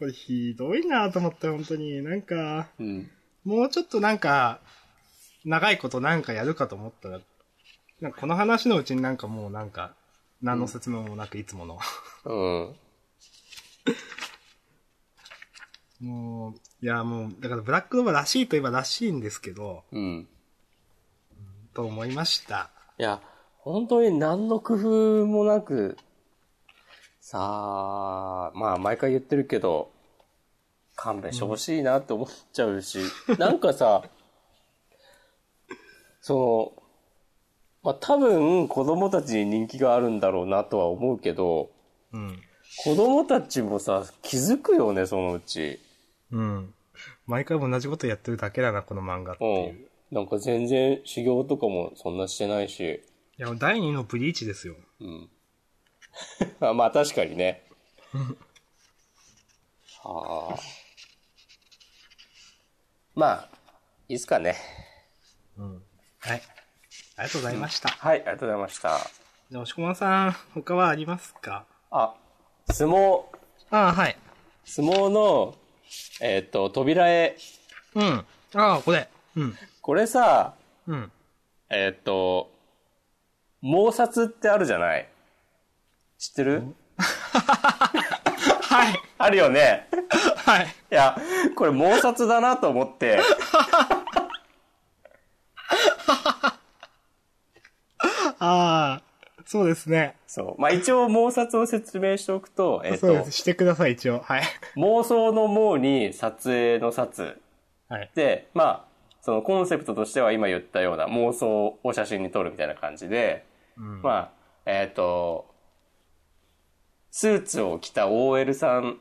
S2: これひどいなと思って、本当に。なんか、
S1: うん。
S2: もうちょっとなんか、長いことなんかやるかと思ったら、なんかこの話のうちになんかもうなんか、何の説明もなく、いつもの。
S1: うん。
S2: もう、いやもう、だからブラックドバらしいといえばらしいんですけど、
S1: うん。
S2: と思いました。
S1: いや、本当に何の工夫もなく、さあ、まあ毎回言ってるけど、勘弁してほしいなって思っちゃう し、なんかさ、その、まあ多分子供たちに人気があるんだろうなとは思うけど、
S2: うん。
S1: 子供たちもさ、気づくよね、そのうち。
S2: うん。毎回同じことやってるだけだな、この漫画って
S1: う
S2: いう。
S1: ん。なんか全然修行とかもそんなしてないし。
S2: いや、第2のブリーチですよ。
S1: うん。あまあ確かにね。 はあ。まあ、いいっすかね。
S2: うん。はい。ありがとうございました。
S1: はい、ありがとうございました。
S2: じゃあ、押し込まさん、他はありますか
S1: あ、相撲、
S2: ああ、はい。
S1: 相撲の、えっ、と、扉絵。
S2: うん。ああ、これ。うん。
S1: これさ、
S2: うん。
S1: えっ、と、毛殺ってあるじゃない知ってる
S2: はい。
S1: あるよね。
S2: は い。
S1: いや、これ毛殺だなと思って。
S2: ああ、そうですね。
S1: そう。まあ一応毛殺を説明しておくと、えっ、
S2: そう
S1: と
S2: です。、してください、一応。はい。
S1: 妄想の妄に撮影の撮
S2: はい。
S1: で、まあ、そのコンセプトとしては今言ったような妄想を写真に撮るみたいな感じで、
S2: うん
S1: まあ、えっ、と、スーツを着た OL さん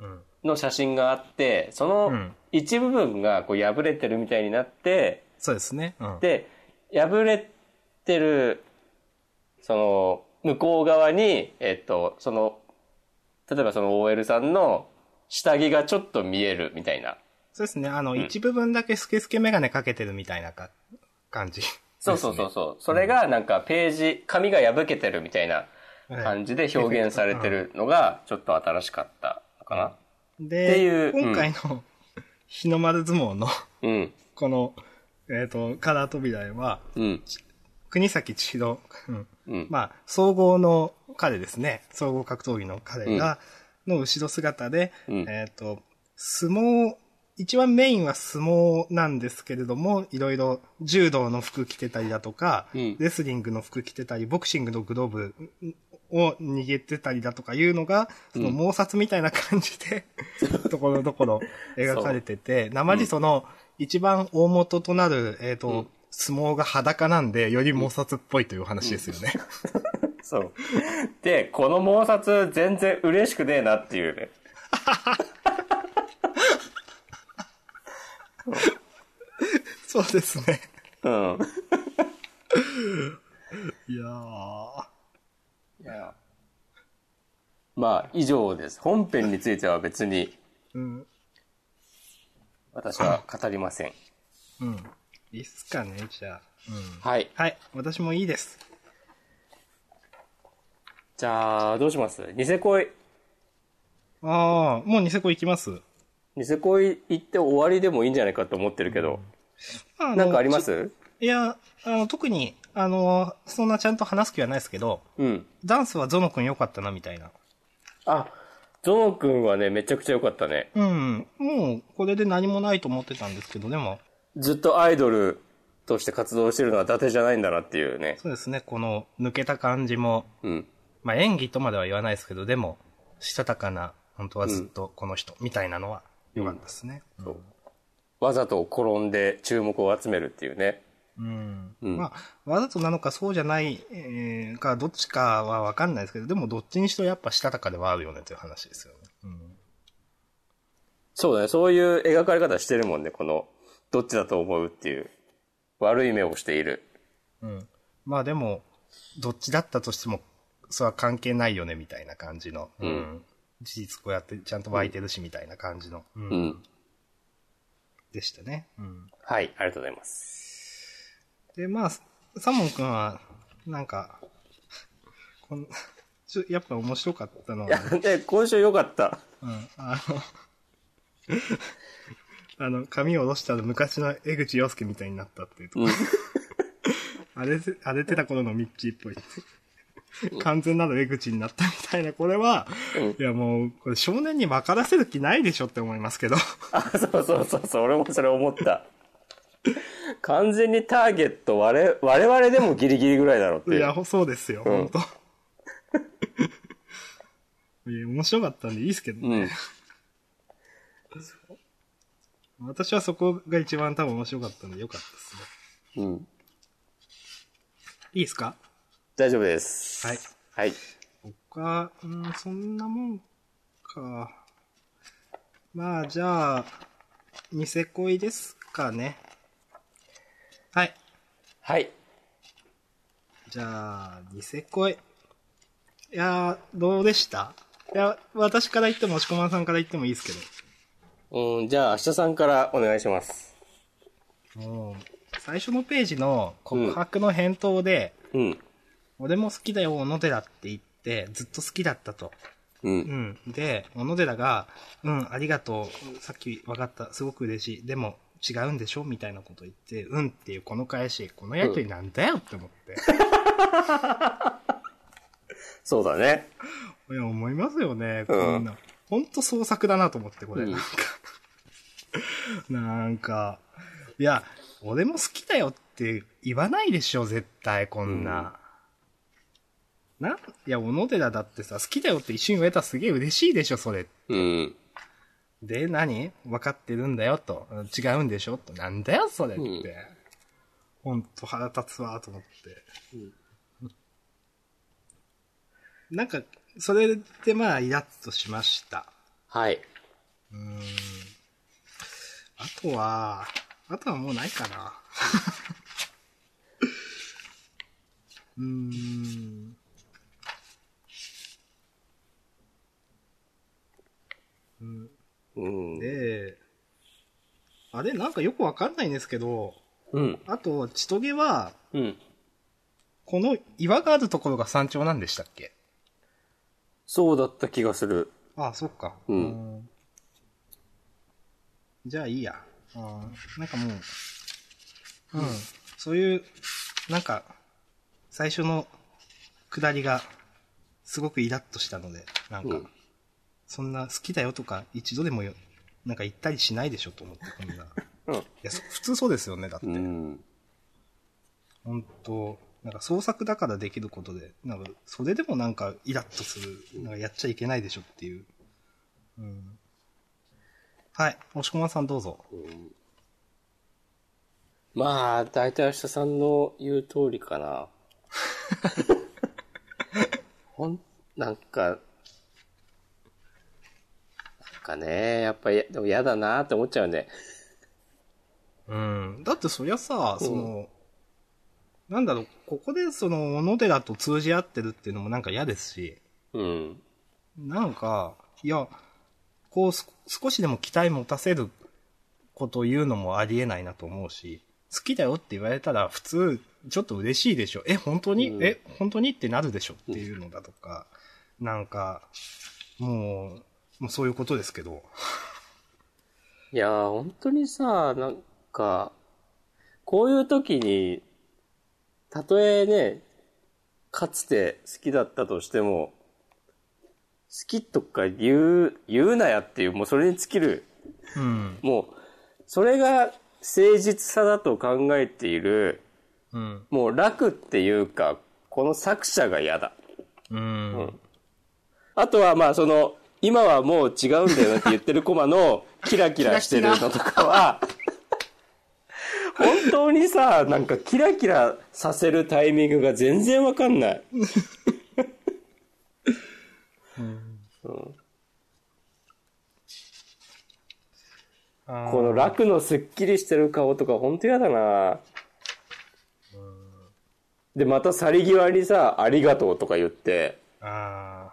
S2: うん。
S1: の写真があって、その一部分がこう破れてるみたいになって、
S2: そうですね。うん。
S1: で、破れてる、その、向こう側に、えっと、その、例えばその OL さんの下着がちょっと見えるみたいな。
S2: そうですね。あの、一部分だけスケスケメガネかけてるみたいなか感じ。
S1: そうそうそうそう。それがなんかページ、紙が破けてるみたいな
S2: はい
S1: 感じで表現されてるのがちょっと新しかったのかってい
S2: で、
S1: ううん
S2: 今回の日の丸相撲の
S1: な。うん。
S2: この、えっ、と、カラー扉絵は、
S1: うん。
S2: 国崎千尋、うん
S1: うん。
S2: まあ、総合の彼ですね。総合格闘技の彼が、の後ろ姿で、
S1: うん
S2: えっ、と、相撲、一番メインは相撲なんですけれども、いろいろ柔道の服着てたりだとか、
S1: うん
S2: レスリングの服着てたり、ボクシングのグローブを握ってたりだとかいうのが、その毛殺みたいな感じ で、ところどころ描かれてて、なまりその、一番大元となる、えっ、と、
S1: うん
S2: 相撲が裸なんで、より毛殺っぽいという話ですよね。
S1: そう。 で、この毛殺全然嬉しくねえなっていうね。
S2: そうですね。
S1: うん。
S2: いやー。
S1: まあ、以上です。本編については別に
S2: うん。
S1: 私は語りません。
S2: うん。いいっすかね、じゃあ。うん。
S1: はい。
S2: はい、私もいいです。
S1: じゃあ、どうしますニセ恋。
S2: ああ、もうニセコ行きます。
S1: ニセ恋行って終わりでもいいんじゃないかと思ってるけど。
S2: あ
S1: なんかありますす
S2: いや、あの、特に、あの、そんなちゃんと話す気はないですけど、
S1: うん。
S2: ダンスはゾノ君良かったな、みたいな。
S1: あ、ゾノ君はね、めちゃくちゃ良かったね。
S2: うん。もう、これで何もないと思ってたんですけど、でも、
S1: ずっとアイドルとして活動してるのは伊達じゃないんだなっていうね。
S2: そうですね、この、抜けた感じも、
S1: うん。
S2: まあ演技とまでは言わないですけど、でも、したたかな、本当はずっとこの人、みたいなのは良かったですね。
S1: そうわざと転んで注目を集めるっていうね。
S2: うん。
S1: うん
S2: まあ、わざとなのかそうじゃない、えーか、どっちかはわかんないですけど、でもどっちにしろやっぱしたたかではあるよねという話ですよね。うん。
S1: そうだね。そういう描かれ方してるもんね。この、どっちだと思うっていう。悪い目をしている。
S2: うん。まあでも、どっちだったとしても、それは関係ないよねみたいな感じの。
S1: うん
S2: 事実こうやってちゃんと湧いてるしみたいな感じの。うん
S1: うん。
S2: でしたね。うん。
S1: はい。ありがとうございます。
S2: で、まあ、サモン君は、なんか、こん ちょやっぱ面白かったの
S1: いや
S2: は、、
S1: で、今週良かった。
S2: うん、あの、あの、 髪を下ろしたら昔の江口洋介みたいになったっていうとこ。
S1: うん
S2: あれ、あれてた頃のミッキーっぽい。完全なる江口になったみたいな、これは、
S1: うん
S2: いやもう、これ少年に分からせる気ないでしょって思いますけど。
S1: あ、そうそうそうそう。俺もそれ思った。完全にターゲット、我、我々でもギリギリぐらいだろうって
S2: い
S1: いう。
S2: や、ほそうですよ、
S1: うん
S2: ほんと。 いや、面白かったんでいいですけどね。
S1: うん。
S2: 私はそこが一番多分面白かったんで良かったですね。
S1: うん。
S2: いいですか
S1: 大丈夫です。
S2: はい。
S1: はい。
S2: 他、うん、そんなもんか。まあ、じゃあ、ニセ恋ですかね。はい。
S1: はい。
S2: じゃあ、ニセ恋。いやー、どうでしたいや、私から言っても、押し込まんさんから言ってもいいですけど。
S1: うん、じゃあ、明日さんからお願いします。
S2: もう、最初のページの告白の返答で、
S1: うん。
S2: 俺も好きだよ、小野寺って言って、ずっと好きだったと。
S1: う。
S2: うんん。で、小野寺が、うん、ありがとう。さっき分かった。すごく嬉しい。でも、違うんでしょみたいなこと言って、うんっていうこの返し、このやりとりなんだよって思って。
S1: そうだね。
S2: いや、思いますよね。
S1: うん
S2: こんな。ほんと創作だなと思って、これ。
S1: うん
S2: なんか。なんか。いや、俺も好きだよって言わないでしょ、絶対、こんな。なん、いや、小野寺だってさ、好きだよって一瞬言われたらすげえ嬉しいでしょ、それ。
S1: うん。
S2: で、何分かってるんだよと。違うんでしょと。なんだよ、それって。
S1: うん
S2: ほんと腹立つわ、と思って。なんか、それでまあ、イラッとしました。
S1: はい。
S2: うーん。あとは、あとはもうないかな。 うーん。
S1: うん。
S2: で、あれ、なんかよくわかんないんですけど、
S1: うん。
S2: あと、千棘は、
S1: うん。
S2: この岩があるところが山頂なんでしたっけ
S1: そうだった気がする。
S2: ああ、そっか。
S1: うん
S2: んじゃあいいや。ああなんかもう、うん。そういう、なんか、最初の下りが、すごくイラッとしたので、なんか、
S1: うん
S2: そんな好きだよとか一度でもよ、なんか言ったりしないでしょと思って、こんな。い
S1: うん。
S2: や、そ普通そうですよね、だって。
S1: うん。
S2: 本当なんか創作だからできることで、なんか、それでもなんかイラッとする、なんかやっちゃいけないでしょっていう。うん。はい、押し込まさんどうぞ。
S1: まあ、大体明日さんの言う通りかな。ほん、なんか、なんかね、やっぱり、でも嫌だなって思っちゃうね。
S2: うん。だってそりゃさ、その、なんだろう、ここでその、小野寺と通じ合ってるっていうのもなんか嫌ですし、
S1: うん。
S2: なんか、いや、こうす、少しでも期待持たせることを言うのもありえないなと思うし、好きだよって言われたら普通、ちょっと嬉しいでしょ。え、本当に、
S1: うん
S2: え、本当にってなるでしょっていうのだとか、なんか、もう、もうそういうことですけど。
S1: いやー、本当にさ、なんか、こういう時に、たとえね、かつて好きだったとしても、好きとか言う、言うなやっていう、もうそれに尽きる。
S2: うん。
S1: もう、それが誠実さだと考えている、
S2: うん。
S1: もう楽っていうか、この作者が嫌だ。
S2: ううん。
S1: あとはまあその、今はもう違うんだよねって言ってるコマのキラキラしてるのとかは、本当にさ、なんかキラキラさせるタイミングが全然わかんない。
S2: あー
S1: この楽のすっきりしてる顔とか本当嫌だなで、また去り際にさ、ありがとうとか言って、
S2: あ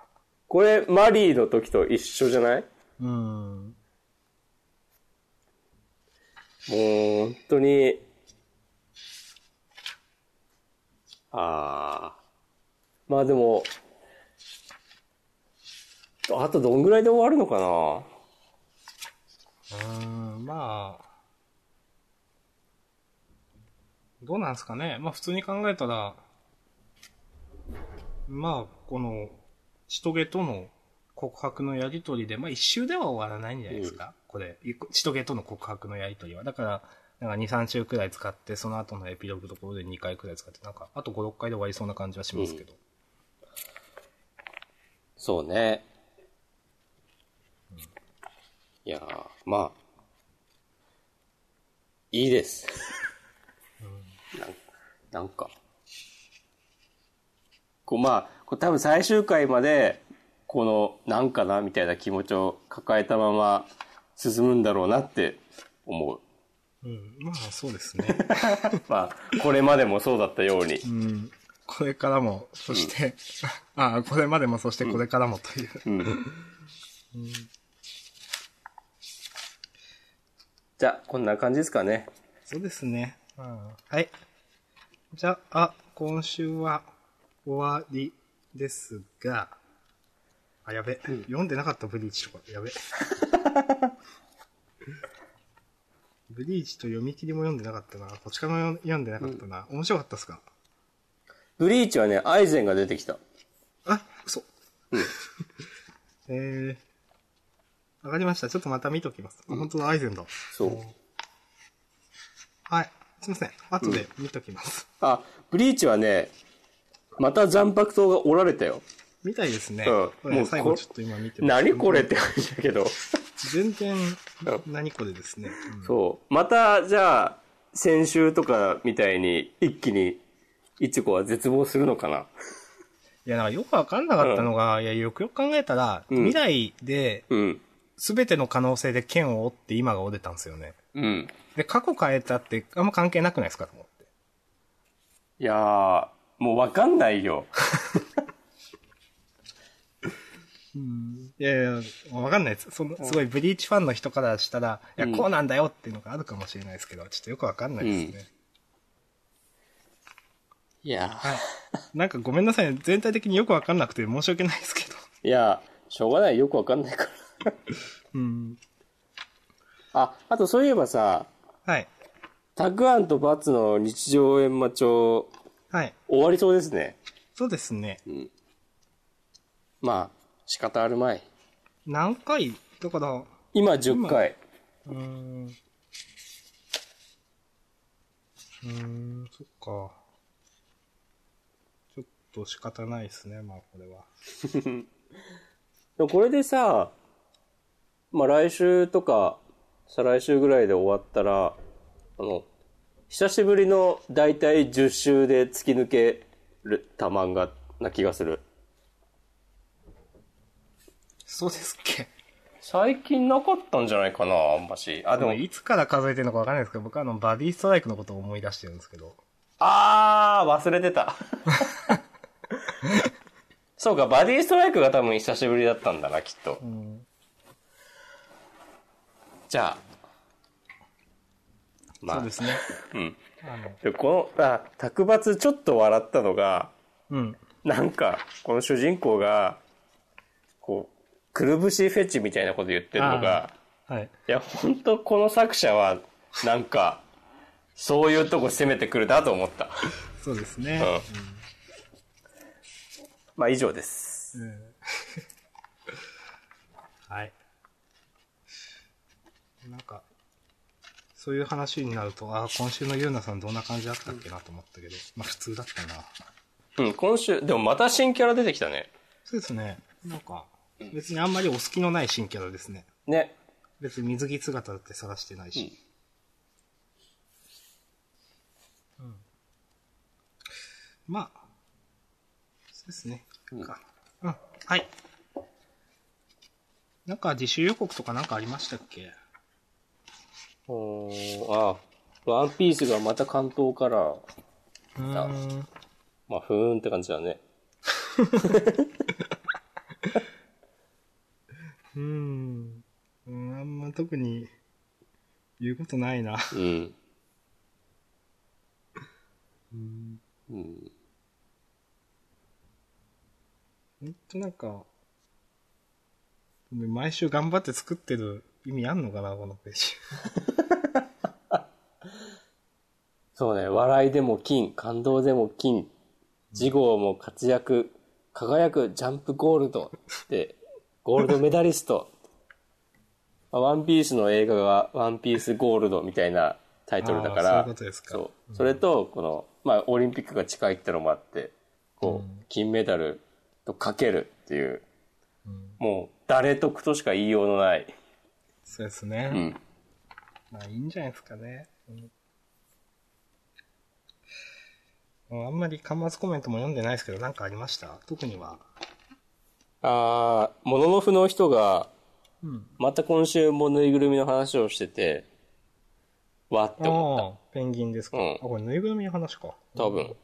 S1: これマリーの時と一緒じゃない
S2: ー。うん。
S1: もう本当に、ああ。まあでも、あとどんぐらいで終わるのかな
S2: うん、まあ。どうなんすかね。まあ普通に考えたら、まあ、この、ちとげとの告白のやりとりで、まあ一周では終わらないんじゃないですか、これ。ちとげとの告白のやりとりは。だから、なんか2、3週くらい使って、その後のエピローグところで2回くらい使って、なんか、あと5、6回で終わりそうな感じはしますけど。
S1: そうね。いやーまあ、いいです。なんなんか、こうまあ、こう多分最終回まで、この、なんかなみたいな気持ちを抱えたまま進むんだろうなって思う。
S2: うん、まあそうですね。
S1: まあ、これまでもそうだったように。
S2: うん、これからも、そして、 ああ、これまでも、そしてこれからもという。
S1: じゃあ、こんな感じですかね。
S2: そうですね。うん、はい。じゃあ、今週は終わりですが、あ、やべ、読んでなかったブリーチとか、や べ。ブリーチと読み切りも読んでなかったな。こち亀も読んでなかったな。面白かったっすか
S1: ブリーチはね、アイゼンが出てきた。
S2: あ、嘘。 えー、わかりました。ちょっとまた見ときます。本当だ、アイゼンだ。
S1: そう。
S2: はい。すいません。後で見ときます。
S1: あ、ブリーチはね、また残白刀が折られたよ。
S2: みたいですね。
S1: うん
S2: これ
S1: もう
S2: 最
S1: こ
S2: 後
S1: れ
S2: ちょっと今見てます
S1: 何これって感じだけど。
S2: 全然
S1: うん、
S2: 何これですね。うん
S1: そう。また、じゃあ、先週とかみたいに、一気に、いちこは絶望するのかな。
S2: いや、なんかよくわかんなかったのが、いや、よくよく考えたら、
S1: うん
S2: 未来で、
S1: うん。
S2: 全ての可能性で剣を折って今が折れたんですよね。
S1: うん。
S2: で、過去変えたって、あんま関係なくないですかと思って。
S1: いやー、もうわかんないよ。
S2: いやいや、わかんないです。その、すごいブリーチファンの人からしたら、いや、
S1: うん
S2: こうなんだよっていうのがあるかもしれないですけど、ちょっとよくわかんないですね。
S1: いや
S2: はい。なんかごめんなさい。全体的によくわかんなくて申し訳ないですけど。
S1: いや、しょうがない。よくわかんないから。
S2: うん。
S1: あ、あとそういえばさ、
S2: はい。
S1: たくあんとバツの日常閻魔帳、
S2: はい。
S1: 終わりそうですね。
S2: そうですね。
S1: まあ、仕方あるまい。
S2: 何回だから、
S1: 今10回。
S2: うーん。うーん、そっか。ちょっと仕方ないですね、まあこれは。
S1: でもこれでさ、まあ来週とか、再来週ぐらいで終わったら、あの、久しぶりの大体10週で突き抜けるた漫画な気がする。
S2: そうですっけ。
S1: 最近なかったんじゃないかな、あんまし。あ、
S2: で
S1: で
S2: も
S1: も、
S2: いつから数えてるのかわかんないですけど、僕はあの、バディストライクのことを思い出してるんですけど。
S1: あー、忘れて た。そうか、バディストライクが多分久しぶりだったんだな、きっと。
S2: うん。
S1: じゃあ。ま
S2: そうですね。
S1: うん。
S2: あの、
S1: でこの、あ、卓抜ちょっと笑ったのが、
S2: うん。
S1: なんか、この主人公が、こう、くるぶしフェチみたいなこと言ってるのが、
S2: はい。
S1: いや、ほんとこの作者は、なんか、そういうとこ攻めてくるなと思った。
S2: そうですね
S1: う。ん。まあ、以上です。
S2: はい。なんか、そういう話になると、ああ、今週のゆうなさんどんな感じだったっけなと思ったけど、まあ普通だったな。
S1: うん、今週、でもまた新キャラ出てきたね。
S2: そうですね。なんか、別にあんまりお好きのない新キャラですね。
S1: ね。
S2: 別に水着姿だって探してないし。うん。まあ、そうですね。
S1: うん
S2: かうん。はい。なんか自主予告とかなんかありましたっけ
S1: おーあ、ワンピースがまた関東から、
S2: うーん。
S1: まあ、ふーんって感じだね。
S2: うん。うん、あんま特に言うことないな。
S1: うん。うん。
S2: ほんとなんか、毎週頑張って作ってる意味あんのかな、このページ。
S1: そうね、笑いでも金、感動でも金、次号も活躍、輝くジャンプゴールドで、ゴールドメダリスト。まあワンピースの映画がワンピースゴールドみたいなタイトルだから、
S2: あーそういうことですか
S1: そうそれと、この、まあ、オリンピックが近いってのもあって、こう、金メダルとかけるっていう、もう、誰得としか言いようのない。
S2: そうですね。
S1: うん。
S2: まあいいんじゃないですかね。うんもうあんまり端末コメントも読んでないですけど、なんかありました特には。
S1: あー、もののふの人が、
S2: うん。
S1: また今週もぬいぐるみの話をしてて、わって思っ
S2: ああ、ペンギンですか。
S1: うん
S2: あ、これぬいぐるみの話か。
S1: た。多分。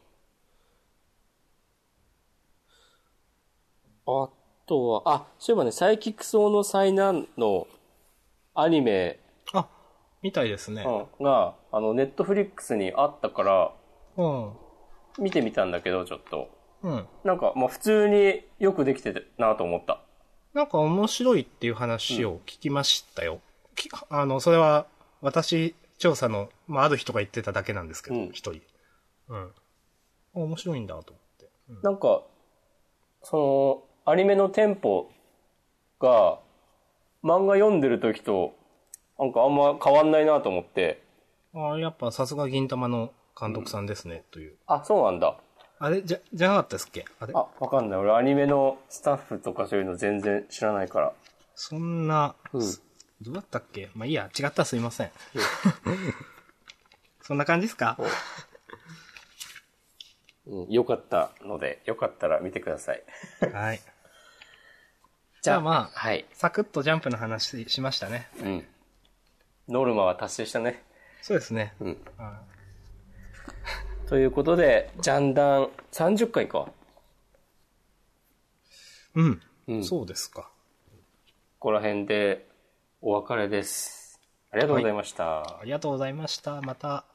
S1: あとは、あ、そういえばね、サイキックソーの災難のアニメ
S2: あ、みたいですね。
S1: うんが、あの、ネットフリックスにあったから、
S2: うん。
S1: 見てみたんだけど、ちょっと。
S2: うん。
S1: なんか、まあ普通によくできてるなと思った。
S2: なんか面白いっていう話を聞きましたよ。きあの、それは私調査の、まあ、ある人が言ってただけなんですけ
S1: う
S2: ど
S1: ん、
S2: 一、人。うん。あ面白いんだと思って。うん
S1: なんか、その、アニメのテンポが、漫画読んでる時と、なんかあんま変わんないなと思って、
S2: ああ、やっぱさすが銀玉の監督さんですね、という。
S1: あ、そうなんだ。
S2: あれじゃ、じゃなかったですっけあれ
S1: あ、わかんない。俺アニメのスタッフとかそういうの全然知らないから。
S2: そんな、
S1: うん
S2: どうだったっけまあいいや、違ったらすい ません。そんな感じですか
S1: うん、よかったので、よかったら見てください。
S2: はい。じゃあまあ、
S1: はい。
S2: サクッとジャンプの話しましたね。
S1: うん。ノルマは達成したね。
S2: そうですね。
S1: うん。
S2: は
S1: ということで、ジャンダン30回か。
S2: いうん。
S1: うん
S2: そうですか。
S1: ここら辺でお別れです。ありがとうございました。
S2: ありがとうございました。また。